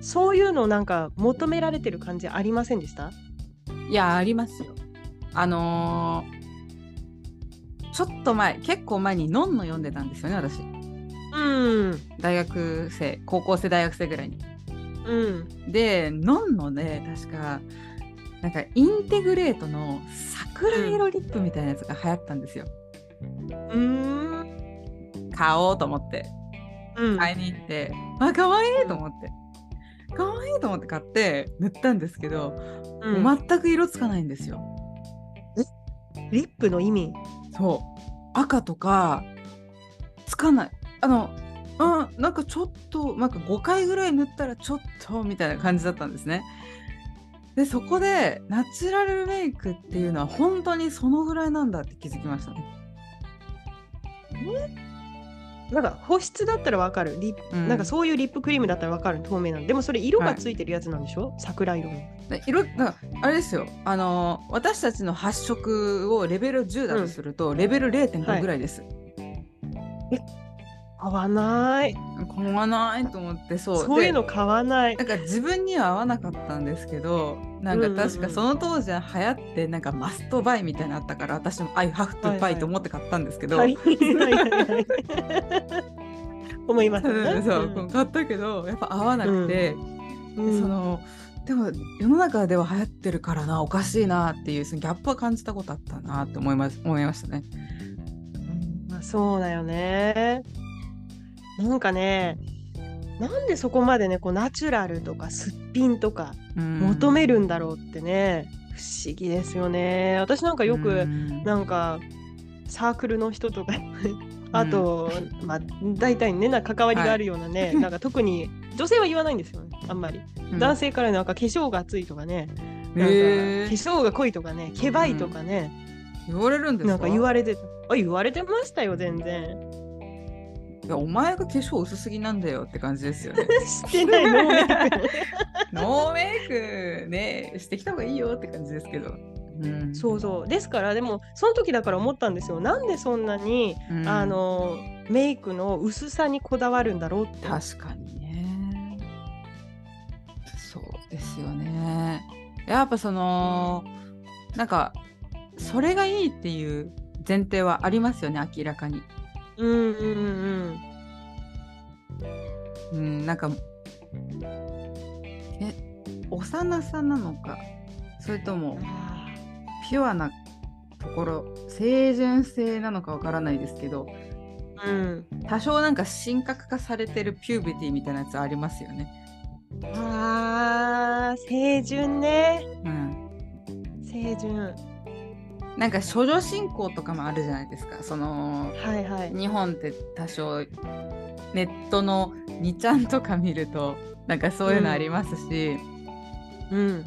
Speaker 1: そういうのなんか求められてる感じありませんでした
Speaker 2: いやありますよ。あのーちょっと前結構前に「のんの読んでたんですよね私。
Speaker 1: うん
Speaker 2: 大学生高校生大学生ぐらいに。
Speaker 1: うん
Speaker 2: でノンのね確かなんかインテグレートの桜色リップみたいなやつが流行ったんですよ。
Speaker 1: うん
Speaker 2: 買おうと思って
Speaker 1: うん
Speaker 2: 買いに行って、あ可愛いと思ってかわいいと思って買って塗ったんですけど、
Speaker 1: う
Speaker 2: も
Speaker 1: ん
Speaker 2: う全く色つかないんですよ。
Speaker 1: リップの意味
Speaker 2: そう赤とかつかないあのうんなんかちょっとなんか5回ぐらい塗ったらちょっとみたいな感じだったんですね。でそこでナチュラルメイクっていうのは本当にそのぐらいなんだって気づきましたね。
Speaker 1: なんか保湿だったらわかるリップ、
Speaker 2: うん
Speaker 1: なんかそういうリップクリームだったらわかる透明なのでもそれ色がついてるやつなんでしょ、桜色の
Speaker 2: で色だからあれですよあの私たちの発色をレベル10だとすると、レベル
Speaker 1: は
Speaker 2: 0.5
Speaker 1: い
Speaker 2: ぐらいです。
Speaker 1: 合わない
Speaker 2: 買わないと思ってそう
Speaker 1: そういう
Speaker 2: で
Speaker 1: の買わない
Speaker 2: なんか自分には合わなかったんですけどなん
Speaker 1: う
Speaker 2: か
Speaker 1: んうんうん
Speaker 2: 確かその当時は流行ってなんかマストバイみたいなのあったから私も「I have
Speaker 1: はい
Speaker 2: to
Speaker 1: は
Speaker 2: buy」
Speaker 1: い
Speaker 2: と思って買ったんですけど、
Speaker 1: はいはいはいはい 思います
Speaker 2: うんそう
Speaker 1: うん
Speaker 2: 買ったけどやっぱ合わなくて、
Speaker 1: うん
Speaker 2: そのでも世の中では流行ってるからなおかしいなっていうそのギャップは感じたことあったなって思います思いましたね。
Speaker 1: まあ、そうだよね。なんかね、なんでそこまでね、こうナチュラルとかすっぴんとか
Speaker 2: うん
Speaker 1: 求めるんだろうってね、不思議ですよね。私なんかよ
Speaker 2: う
Speaker 1: く、
Speaker 2: ん
Speaker 1: なんかサークルの人とか、あと、まあ、大体ね、なんか関わりがあるようなね、
Speaker 2: はい
Speaker 1: なんか特に女性は言わないんですよね、あんまり。
Speaker 2: うん
Speaker 1: 男性からなんか化粧が厚いとかね、なんか化
Speaker 2: へー
Speaker 1: 粧が濃いとかね、けばいとかね。
Speaker 2: 言われるんですか
Speaker 1: なんか言われてた。あ、言われてましたよ、全然。
Speaker 2: いやお前が化粧薄すぎなんだよって感じですよね。
Speaker 1: してないノーメイク。
Speaker 2: ノーメイクねしてきた方がいいよって感じですけど。うん
Speaker 1: そうそう。ですから、でも、その時だから思ったんですよ。なんでそんなに、
Speaker 2: うん
Speaker 1: あの、メイクの薄さにこだわるんだろうって。
Speaker 2: 確かにね。そうですよね。やっぱそのなんかそれがいいっていう前提はありますよね明らかに。
Speaker 1: うんうんうん
Speaker 2: うんなんかえ幼さなのかそれと
Speaker 1: う
Speaker 2: も
Speaker 1: ん。あ
Speaker 2: ピュアなところ清純性なのかわからないですけど
Speaker 1: ーうん。
Speaker 2: 多少なんか神格化されてるピューベティみたいなやつありますよね。
Speaker 1: ああ、清純ね。
Speaker 2: うん、
Speaker 1: 清純。
Speaker 2: なんか処女信仰とかもあるじゃないですかその
Speaker 1: はいはい。
Speaker 2: 日本って多少ネットの2ちゃんとか見るとなんかそういうのありますし、
Speaker 1: うん。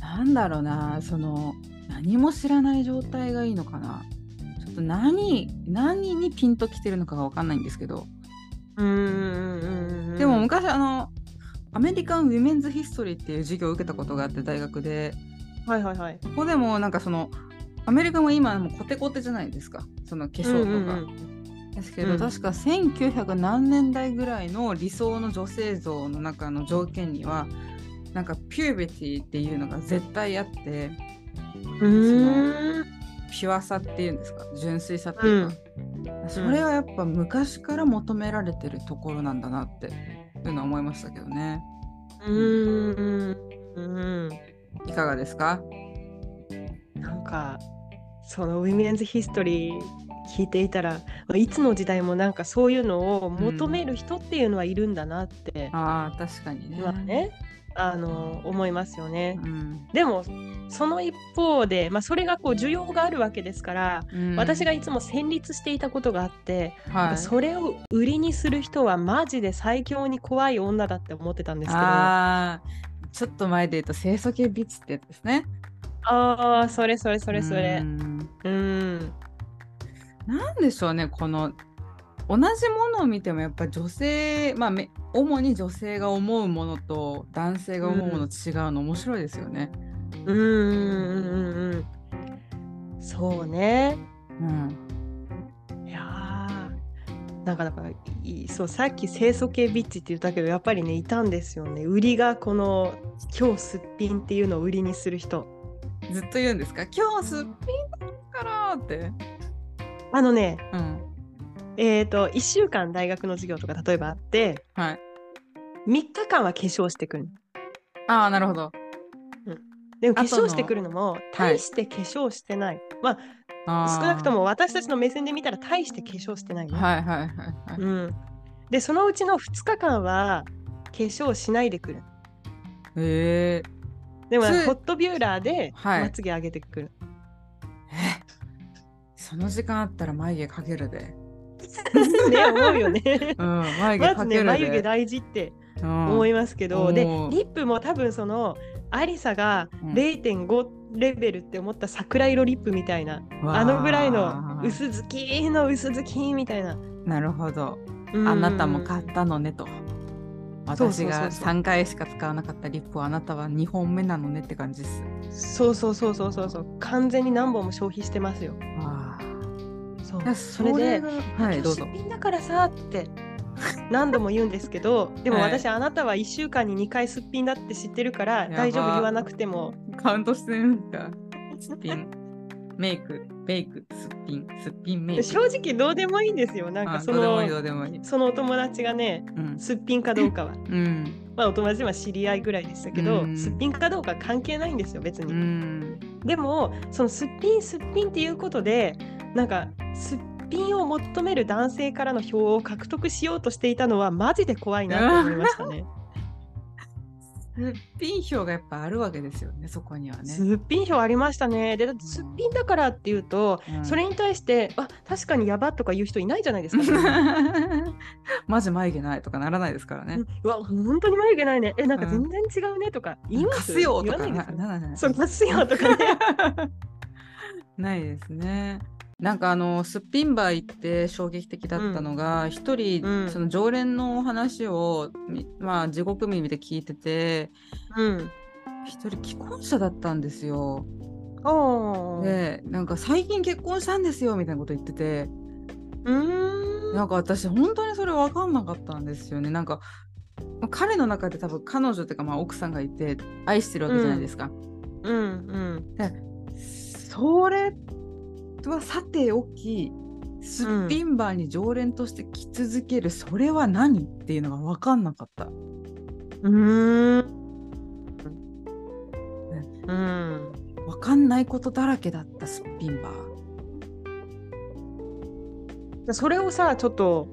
Speaker 2: なんだろうなその何も知らない状態がいいのかなちょっと何何にピンときてるのかがわかんないんですけど
Speaker 1: うんうんうんうん。
Speaker 2: でも、昔あのアメリカン・ウィメンズ・ヒストリーっていう授業を受けたことがあって大学で
Speaker 1: はいはいはい。化
Speaker 2: ここでもなんかそのアメリカも今もうコテコテじゃないですかその化粧とか、ですけど、
Speaker 1: うん
Speaker 2: 確か1900何年代ぐらいの理想の女性像の中の条件にはなんかピューベティっていうのが絶対あって
Speaker 1: うーん。
Speaker 2: ピュアさっていうんですか純粋さっていうか、それはやっぱ昔から求められてるところなんだなっていうのは思いましたけどね
Speaker 1: うんうんうん。
Speaker 2: いかがですか
Speaker 1: なんかそのウィメンズヒストリー聞いていたらいつの時代もなんかそういうのを求める人っていうのはいるんだなって、
Speaker 2: あー確かにね,、
Speaker 1: 今ねあの思いますよね。
Speaker 2: うん
Speaker 1: でもその一方で、まあ、それがこう需要があるわけですから、
Speaker 2: うん
Speaker 1: 私がいつも戦慄していたことがあって、
Speaker 2: はい
Speaker 1: それを売りにする人はマジで最強に怖い女だって思ってたんですけどあ
Speaker 2: あーちょっと前で言うと清楚系ビッチってやつですね
Speaker 1: あーそれそれそれそれ
Speaker 2: うん
Speaker 1: うん
Speaker 2: なんでしょうねこの同じものを見てもやっぱ女性まあめ主に女性が思うものと男性が思うもの違うの面白いですよね。
Speaker 1: うんうんうんうんうんそうね
Speaker 2: うん、
Speaker 1: いやーなんかだからいいそうさっき清楚系ビッチって言ったけどやっぱりねいたんですよね売りがこの「今日すっぴん」っていうのを売りにする人
Speaker 2: ずっと言うんですか今日すっぴんだからって。
Speaker 1: あのね
Speaker 2: うん、
Speaker 1: えっ、と1週間大学の授業とか例えばあって
Speaker 2: はい。
Speaker 1: 3日間は化粧してくるの
Speaker 2: ああなるほど。
Speaker 1: でも化
Speaker 2: 後の
Speaker 1: 粧してくるのも大して化粧してない、ま
Speaker 2: あ
Speaker 1: あ
Speaker 2: ー
Speaker 1: 少なくと。も私たちの目線で見たら大して化粧してないよ、
Speaker 2: はいはいはいはい。
Speaker 1: うん、でそのうちの2日間は粧しないでくる
Speaker 2: え
Speaker 1: でも
Speaker 2: それ
Speaker 1: ホットビューラーで
Speaker 2: はい
Speaker 1: まつげ上げてくる、
Speaker 2: その時間あったら眉毛かけるで。
Speaker 1: ね思うよね
Speaker 2: うん、眉毛
Speaker 1: ま
Speaker 2: か
Speaker 1: ず
Speaker 2: け
Speaker 1: ね
Speaker 2: るで。
Speaker 1: 眉毛大事って
Speaker 2: うん
Speaker 1: 思いますけど、
Speaker 2: うん
Speaker 1: でリ
Speaker 2: 思う
Speaker 1: ップも多分そのアリサが
Speaker 2: うん
Speaker 1: 0.5レベルって思った桜色リップみたいな、あのぐらいの
Speaker 2: わー
Speaker 1: 薄付きの薄付きみたいな、
Speaker 2: なるほど。
Speaker 1: うん
Speaker 2: あなたも買ったのねと。
Speaker 1: そうそ
Speaker 2: 私
Speaker 1: うそうそう
Speaker 2: が3回しか使わなかったリップをあなたは2本目なのねって感じです。
Speaker 1: そうそうそうそうそうそう完全に何本も消費してますよ
Speaker 2: わ
Speaker 1: そう
Speaker 2: あ。
Speaker 1: それで
Speaker 2: がはい、どう
Speaker 1: 出
Speaker 2: ぞ。
Speaker 1: 品だからさって 何度も言うんですけどでも
Speaker 2: はい
Speaker 1: 私あなたは1週間に2回すっぴんだって知ってるから
Speaker 2: ば
Speaker 1: 大丈夫言わなくても
Speaker 2: カウントしてるんですかすっぴん、メイク、メイク、すっぴん、すっぴんメイク。
Speaker 1: 正直どうでもいいんですよなんか
Speaker 2: あ
Speaker 1: そ
Speaker 2: どうでもいい、ど
Speaker 1: の
Speaker 2: うでもいい。
Speaker 1: そのお友達がね
Speaker 2: うん。
Speaker 1: すっぴんかどう かは
Speaker 2: うん。
Speaker 1: まあお友達は知り合いぐらいでしたけど
Speaker 2: うん
Speaker 1: すっぴんかどうかは関係ないんですよ別
Speaker 2: う
Speaker 1: に、
Speaker 2: ん。
Speaker 1: でもそのすっぴんすっぴんっていうことでなんかすっぴんを求める男性からの票を獲得しようとしていたのはマジで怖いなと思いましたね。
Speaker 2: すっぴん票がやっぱあるわけですよね、そこにはね。
Speaker 1: すっぴん票ありましたね。で、だってすっぴんだからっていうと、
Speaker 2: うん
Speaker 1: それに対して、あ確かにやばとか言う人いないじゃないですか。
Speaker 2: マジ眉毛ないとかならないですからね。
Speaker 1: うわ、本当に眉毛ないね。え、なんか全然違うねとか、言いま
Speaker 2: か
Speaker 1: す
Speaker 2: すよと
Speaker 1: 言わ
Speaker 2: か
Speaker 1: ないで
Speaker 2: な
Speaker 1: すよ
Speaker 2: ならない。
Speaker 1: そう、かすよとかね。
Speaker 2: ないですね。なんかあのすっぴんバイって衝撃的だったのが一、人、
Speaker 1: うん
Speaker 2: その常連のお話をみまあ地獄耳で聞いてて
Speaker 1: うん。
Speaker 2: 一人既婚者だったんですよ。
Speaker 1: おー。
Speaker 2: でなんか最近結婚したんですよみたいなこと言ってて
Speaker 1: うーん。
Speaker 2: なんか私本当にそれ分かんなかったんですよね。なんか彼の中で多分彼女っていうかまあ奥さんがいて愛してるわけじゃないですか。
Speaker 1: うん。
Speaker 2: それはさておきすっぴんバーに常連として来続ける、それは何っていうのが分かんなかった
Speaker 1: うん。うーん。うん。
Speaker 2: 分かんないことだらけだったすっぴんバー
Speaker 1: それをさ、ちょっと、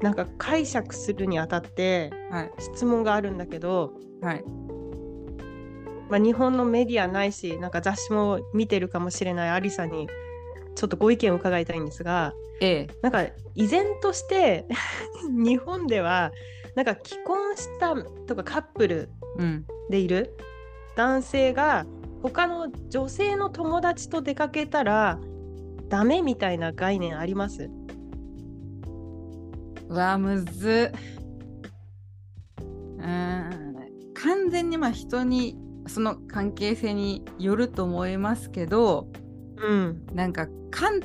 Speaker 1: なんか解釈するにあたって、
Speaker 2: はい
Speaker 1: 質問があるんだけど、
Speaker 2: はい
Speaker 1: まあ、日本のメディアないしなんか雑誌も見てるかもしれないアリさんにちょっとご意見を伺いたいんですが
Speaker 2: A
Speaker 1: なんか依然として 日本ではなんか既婚したとかカップル
Speaker 2: うん
Speaker 1: でいる男性が他の女性の友達と出かけたらダメみたいな概念あります
Speaker 2: うわむずうーん完全にまあ人にその関係性によると思いますけど
Speaker 1: うん
Speaker 2: なんかかん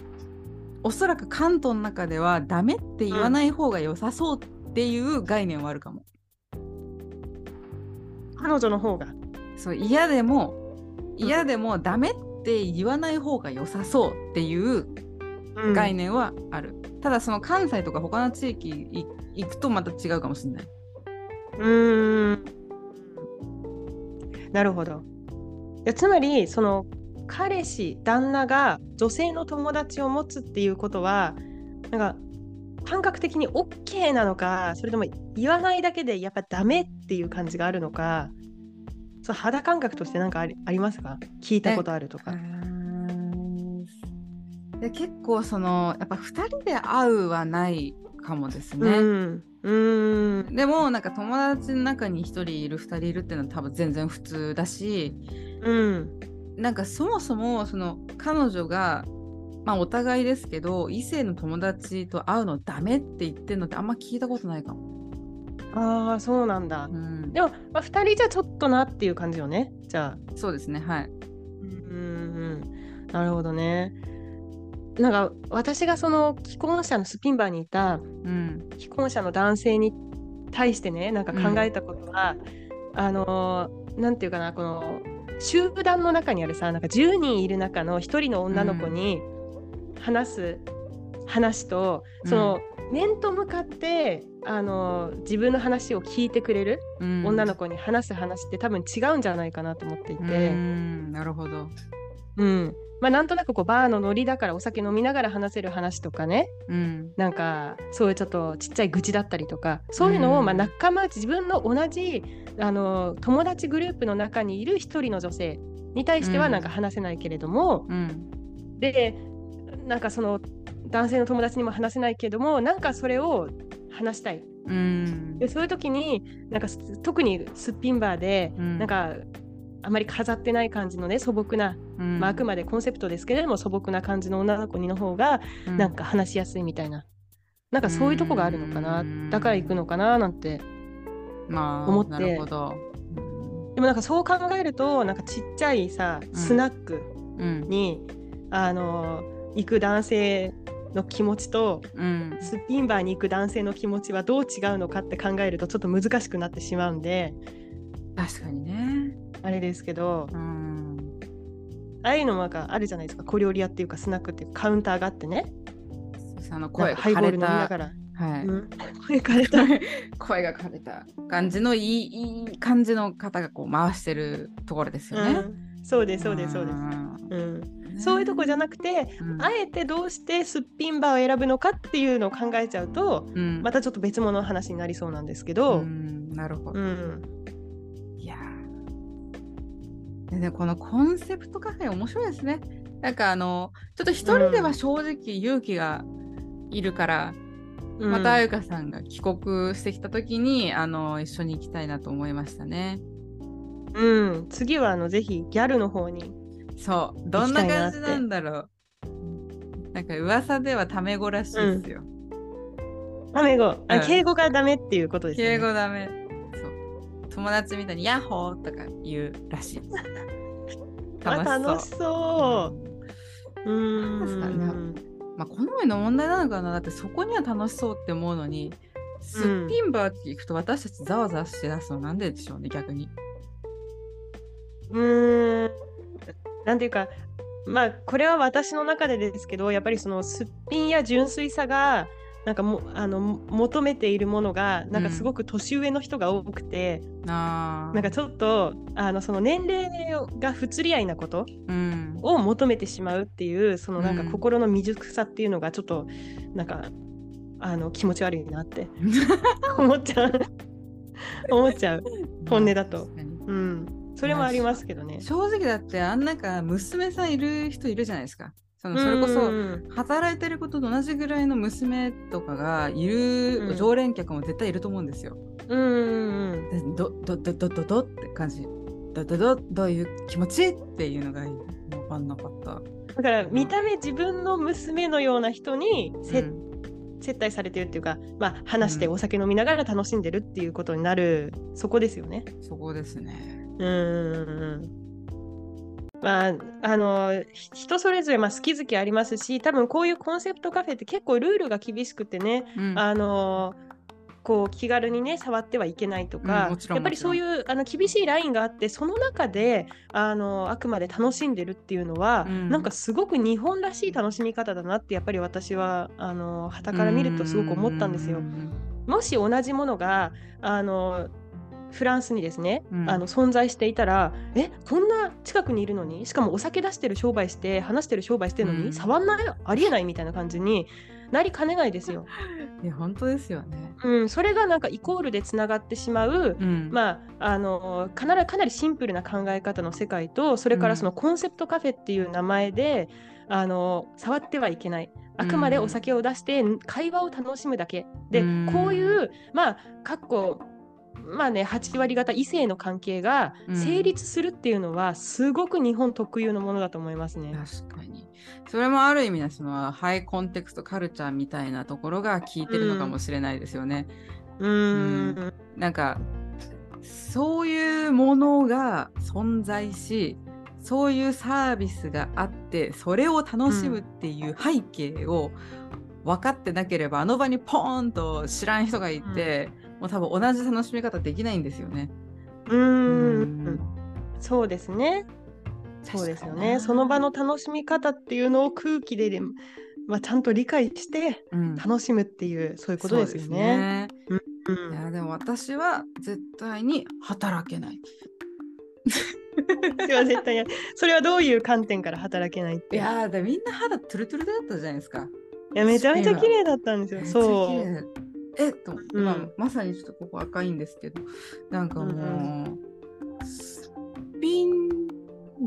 Speaker 2: おそらく関東の中ではダメって言わない方が良さそうっていう概念はあるかも。
Speaker 1: 彼女の方が
Speaker 2: そう嫌でも
Speaker 1: うん
Speaker 2: 嫌でもダメって言わない方が良さそうっていう概
Speaker 1: 念
Speaker 2: 念はある、ただその関西とか他の地域い行くとまた違うかもしれない、
Speaker 1: うんなるほど。いやつまりその彼氏旦那が女性の友達を持つっていうことはなんか感覚的に OK なのかそれとも言わないだけでやっぱダメっていう感じがあるのかそう肌感覚として何かありありますか聞いたことあるとか。
Speaker 2: で結構そのやっぱ2人で会うはないかもです
Speaker 1: う
Speaker 2: ね、
Speaker 1: んうん
Speaker 2: でもなんか友達の中に1人いる2人いるっていうのは多分全然普通だし
Speaker 1: うん
Speaker 2: なんかそもそもその彼女がまあお互いですけど異性の友達と会うのダメって言ってるのってあんま聞いたことないかも。
Speaker 1: ああそうなんだ。
Speaker 2: うん、
Speaker 1: でも、まあ、2人じゃちょっとなっていう感じよねじゃあ。
Speaker 2: そうですねはい。
Speaker 1: うんうんなるほどね。なんか私がその既婚者のスピンバーにいた
Speaker 2: うん
Speaker 1: 既婚者の男性に対してねなんか考えたことは、あのーなんていうかなこの集団の中にあるさなんか10人いる中の1人の女の子に話す話と、その面と向かってあのー自分の話を聞いてくれる
Speaker 2: うん、
Speaker 1: 女の
Speaker 2: 子
Speaker 1: 子に話す話って多分違うんじゃないかなと思っていて。
Speaker 2: うんなるほど。
Speaker 1: うん、まあ、なんとなくこうバーのノリだからお酒飲みながら話せる話とかね
Speaker 2: うん
Speaker 1: なんかそういうちょっとちっちゃい愚痴だったりとかそういうのを
Speaker 2: うん
Speaker 1: まあ仲間内自分の同じあの友達グループの中にいる一人の女性に対して
Speaker 2: う
Speaker 1: は
Speaker 2: ん
Speaker 1: なんか話せないけれども、
Speaker 2: うん
Speaker 1: でなんかその男性の友達にも話せないけれどもなんかそれを話したい
Speaker 2: うん
Speaker 1: でそういう時になんかす特にすっぴんバーで、
Speaker 2: うん
Speaker 1: なんかあまり飾ってない感じのね素朴な、
Speaker 2: うん
Speaker 1: まあ、あくまでコンセプトですけれども素朴な感じの女の子の方が
Speaker 2: うん
Speaker 1: なんか話しやすいみたいな。なんかそういうとこがあるのか
Speaker 2: う
Speaker 1: なんだから行くのかななんて
Speaker 2: まあ
Speaker 1: 思って
Speaker 2: なるほど
Speaker 1: でもなんかそう考えるとなんかちっちゃいさ
Speaker 2: ん
Speaker 1: スナック
Speaker 2: うん
Speaker 1: に、あの行く男性の気持ちと
Speaker 2: うん
Speaker 1: スピンバーに行く男性の気持ちはどう違うのかって考えるとちょっと難しくなってしまうんで
Speaker 2: 確かにね
Speaker 1: あれですけど
Speaker 2: うん
Speaker 1: ああいうのもなんかあるじゃないですか小料理屋っていうかスナックっていうかカウンターがあってね
Speaker 2: その
Speaker 1: なんか
Speaker 2: 声が
Speaker 1: ハイボ
Speaker 2: 枯
Speaker 1: ール
Speaker 2: れ
Speaker 1: 飲みな
Speaker 2: た
Speaker 1: がら、
Speaker 2: は
Speaker 1: う
Speaker 2: い
Speaker 1: ん、声枯れた
Speaker 2: 声が枯れた感じのいいいい感じの方がこう回してるところですよね、
Speaker 1: うんそうですそうですそうです、うん、
Speaker 2: ん
Speaker 1: そういうとこじゃ
Speaker 2: な
Speaker 1: なくて
Speaker 2: く、うん
Speaker 1: あえてどうしてすっぴんバーを選ぶのかっていうのを考えちゃうと
Speaker 2: うん
Speaker 1: またちょっと別物の話になりそうなんですけど、
Speaker 2: うんなるほど、
Speaker 1: うん
Speaker 2: いやーでねこのコンセプトカフェ面白いですねなんかあのちょっと一人では正直勇気がいるから、
Speaker 1: うん
Speaker 2: またあゆかさんが帰国してきた時にあの一緒に行きたいなと思いましたね
Speaker 1: うん、次はあのぜひギャルの方に、
Speaker 2: そうどんな感じなんだろうなんか噂ではタメ語らしいですよ、
Speaker 1: タメ語、あ
Speaker 2: うん
Speaker 1: 敬語がダメっていうことですよね。
Speaker 2: 敬語ダメそう友達みたいにヤッホーとか言うら しい
Speaker 1: あ楽しそう。うーん。
Speaker 2: ですかねまあ、好みの問題なのかなだってそこには楽しそうって思うのにすっぴんバーって行くと私たちざわざわして出すのなんででしょうね逆に。
Speaker 1: うーん。なんていうか、まあこれは私の中でですけど、やっぱりそのすっぴんや純粋さが。なんかもあの求めているものがなんかすごく年上の人が多くて、
Speaker 2: な
Speaker 1: なんかちょっとあのその年齢が不釣り合いなこと
Speaker 2: うん
Speaker 1: を求めてしまうっていうそのなんか
Speaker 2: うん
Speaker 1: 心の未熟さっていうのがちょっとなんかあの気持ち悪いなって 思っちゃう思っちゃう、本音だと
Speaker 2: 確かに
Speaker 1: うん、それもありますけどね。
Speaker 2: 正直だってあん中娘さんいる人いるじゃないですか。そのそれこそ
Speaker 1: うん
Speaker 2: 働いてることと同じぐらいの娘とかがいる、
Speaker 1: うん
Speaker 2: 常連客も絶対いると思うんですよ。
Speaker 1: うんうん
Speaker 2: でどどどどどどって感じ。どどどどういう気持ちっていうのが分かんなかった。
Speaker 1: だから見た目自分の娘のような人に接,、
Speaker 2: うん
Speaker 1: 接待されてるっていうか、まあ、話してお酒飲みながら楽しんでるっていうことになる、そこですよね。
Speaker 2: そこですね。
Speaker 1: うんうんうんまああのひ人それぞれ、まあ、好き好きありますし多分こういうコンセプトカフェって結構ルールが厳しくてね、
Speaker 2: うん
Speaker 1: あのこう気軽にね触ってはいけないとか、
Speaker 2: うんもちろん
Speaker 1: やっぱりそういうあの厳しいラインがあってその中であのあくまで楽しんでるっていうのは、
Speaker 2: うん
Speaker 1: なんかすごく日本らしい楽しみ方だなってやっぱり私はあの傍から見るとすごく思ったんですよ。もし同じものがあのフランスにですね、
Speaker 2: うん
Speaker 1: あの存在していたらえこんな近くにいるのにしかもお酒出してる商売して話してる商売してるのに、
Speaker 2: うん
Speaker 1: 触んないありえないみたいな感じになりかねないですよ。
Speaker 2: いや本当ですよね。
Speaker 1: うん、それがなんかイコールでつながってしまう、
Speaker 2: うんあ、
Speaker 1: まあ、あのかなりかなりシンプルな考え方の世界とそれからそのコンセプトカフェっていう名前で、あの触ってはいけないあくまでお酒を出して会話を楽しむだけで、
Speaker 2: うん
Speaker 1: こういうまあかっこまあね8割方異性の関係が
Speaker 2: うん
Speaker 1: 成立するっていうのはすごく日本特有のものだと思いますね。
Speaker 2: 確かに。それもある意味でそのハイコンテクストカルチャーみたいなところが効いてるのかもしれないですよね。
Speaker 1: うーん
Speaker 2: なんかそういうものが存在しそういうサービスがあってそれを楽しむっていう背景を分かってなければ、あの場にポーンと知らん人がいて、もう多分同じ楽しみ方できないんですよね。
Speaker 1: うーんそうですね。そうですよね。その場の、楽しみ方っていうのを空気で、まあ、ちゃんと理解して
Speaker 2: うん、
Speaker 1: 楽しむっていう、そういうことですよ
Speaker 2: そう
Speaker 1: ね。
Speaker 2: いやでも私は絶対に働けない。
Speaker 1: それは絶対やそれはどういう観点から働けないっ
Speaker 2: い
Speaker 1: て
Speaker 2: やーでみんな肌トゥルトゥルだったじゃないですか。
Speaker 1: いやめちゃめちゃ綺麗だったんですよ。そ
Speaker 2: めっ
Speaker 1: う。
Speaker 2: ちゃ綺麗えっと、
Speaker 1: うん
Speaker 2: まあまさにちょっとここ赤いんですけどなんかもう、すっぴん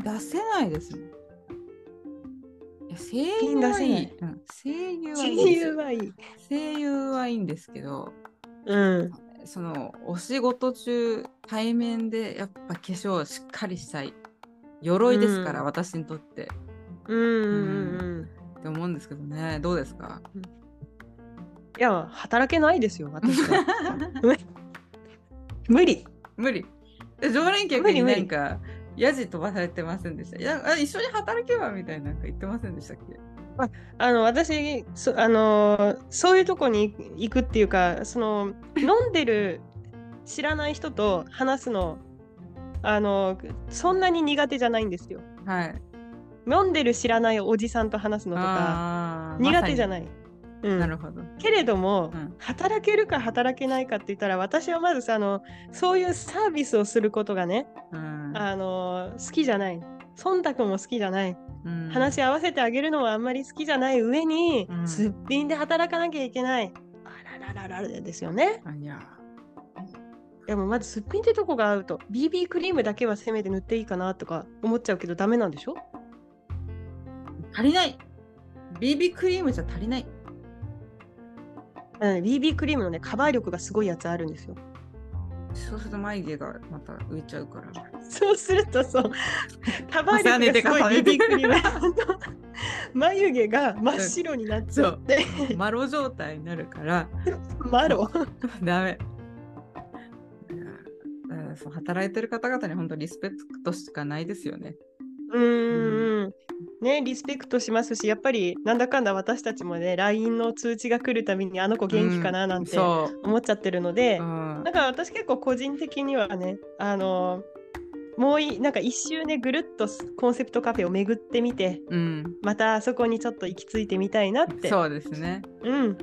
Speaker 2: 出せないですもん。いや声優はいい
Speaker 1: すっ
Speaker 2: うん声優はい
Speaker 1: 親
Speaker 2: い
Speaker 1: 友はい
Speaker 2: ですよ
Speaker 1: い。
Speaker 2: 声優はいいんですけど
Speaker 1: うん。
Speaker 2: そのお仕事中対面でやっぱ化粧をしっかりしたい鎧ですから、
Speaker 1: うん
Speaker 2: 私にとって
Speaker 1: うんうんうん。
Speaker 2: って思うんですけどねどうですか
Speaker 1: いや働けないですよ私は。 無理。
Speaker 2: 無理。で常連客
Speaker 1: 無
Speaker 2: に
Speaker 1: 理無
Speaker 2: な
Speaker 1: 理
Speaker 2: んか、ヤジ飛ばされてませんでした。いや、あ一緒に働けばみたいななんか言ってませんでしたっけ
Speaker 1: あの私そあのーそういうとこに行くっていうかそ の飲んでる知らない人と話すのあのーそんなに苦手じゃないんですよ。
Speaker 2: はい。
Speaker 1: 飲んでる知らないおじさんと話すのとか
Speaker 2: あー
Speaker 1: 苦手じゃない。う
Speaker 2: まさに
Speaker 1: ん
Speaker 2: なるほど。
Speaker 1: けれども、
Speaker 2: うん
Speaker 1: 働けるか働けないかって言ったら私はまずさあのそういうサービスをすることがね、
Speaker 2: うん
Speaker 1: あの好きじゃない忖度も好きじゃない、
Speaker 2: うん
Speaker 1: 話し合わせてあげるのはあんまり好きじゃない上に、
Speaker 2: うん
Speaker 1: すっぴんで働かなきゃいけないあらららららですよね
Speaker 2: あいや
Speaker 1: でもまずすっぴんってとこが合うと BB クリームだけはせめて塗っていいかなとか思っちゃうけどダメなんでしょ
Speaker 2: 足りない !BB クリームじゃ足りない。
Speaker 1: うん BB クリームのねカバー力がすごいやつあるんですよ
Speaker 2: そうすると眉毛がまた浮いちゃ うから。
Speaker 1: そうするとそう、カバー力がすごい
Speaker 2: 重ねて
Speaker 1: ビビ
Speaker 2: 重ねて
Speaker 1: クリは眉毛が真っ白になっちゃって、
Speaker 2: マロ状態になるから、
Speaker 1: マロ。
Speaker 2: ダメ。いやだからそう働いてる方々に本当リスペクトしかないですよね。
Speaker 1: うーん。ね、リスペクトしますし、やっぱりなんだかんだ私たちもね、LINE の通知が来るたびにあの子元気かななんて
Speaker 2: そ
Speaker 1: 思っちゃってるので
Speaker 2: う。う、ん
Speaker 1: なんか私結構個人的にはね、あのもういなんか一周ねぐるっとコンセプトカフェを巡ってみて
Speaker 2: うん、
Speaker 1: またあそこにちょっと行き着いてみたいなって
Speaker 2: そうですね。
Speaker 1: うん、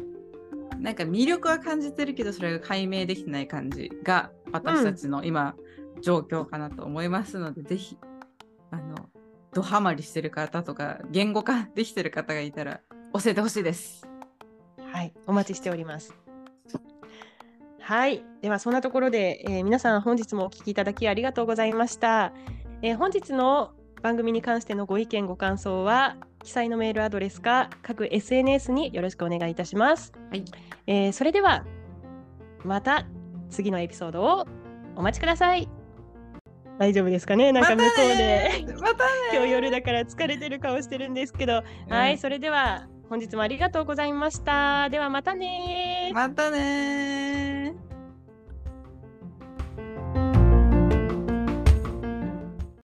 Speaker 2: なんか魅力は感じてるけどそれが解明できてない感じが私たちの今状況かなと思いますので、ぜひあのドハマりしてる方とか言語化できてる方がいたら教えてほしいです。
Speaker 1: はい、お待ちしております。はい、ではそんなところで、えー皆さん本日もお聞きいただきありがとうございました。えー本日の番組に関してのご意見ご感想は記載のメールアドレスか各 SNS によろしくお願いいたします。
Speaker 2: はい
Speaker 1: えーそれではまた次のエピソードをお待ちください。大丈夫ですかね？なんか向こうで、
Speaker 2: またね
Speaker 1: 今日夜だから疲れてる顔してるんですけど、はい、それでは本日もありがとうございました。ではまたねー
Speaker 2: うんまたね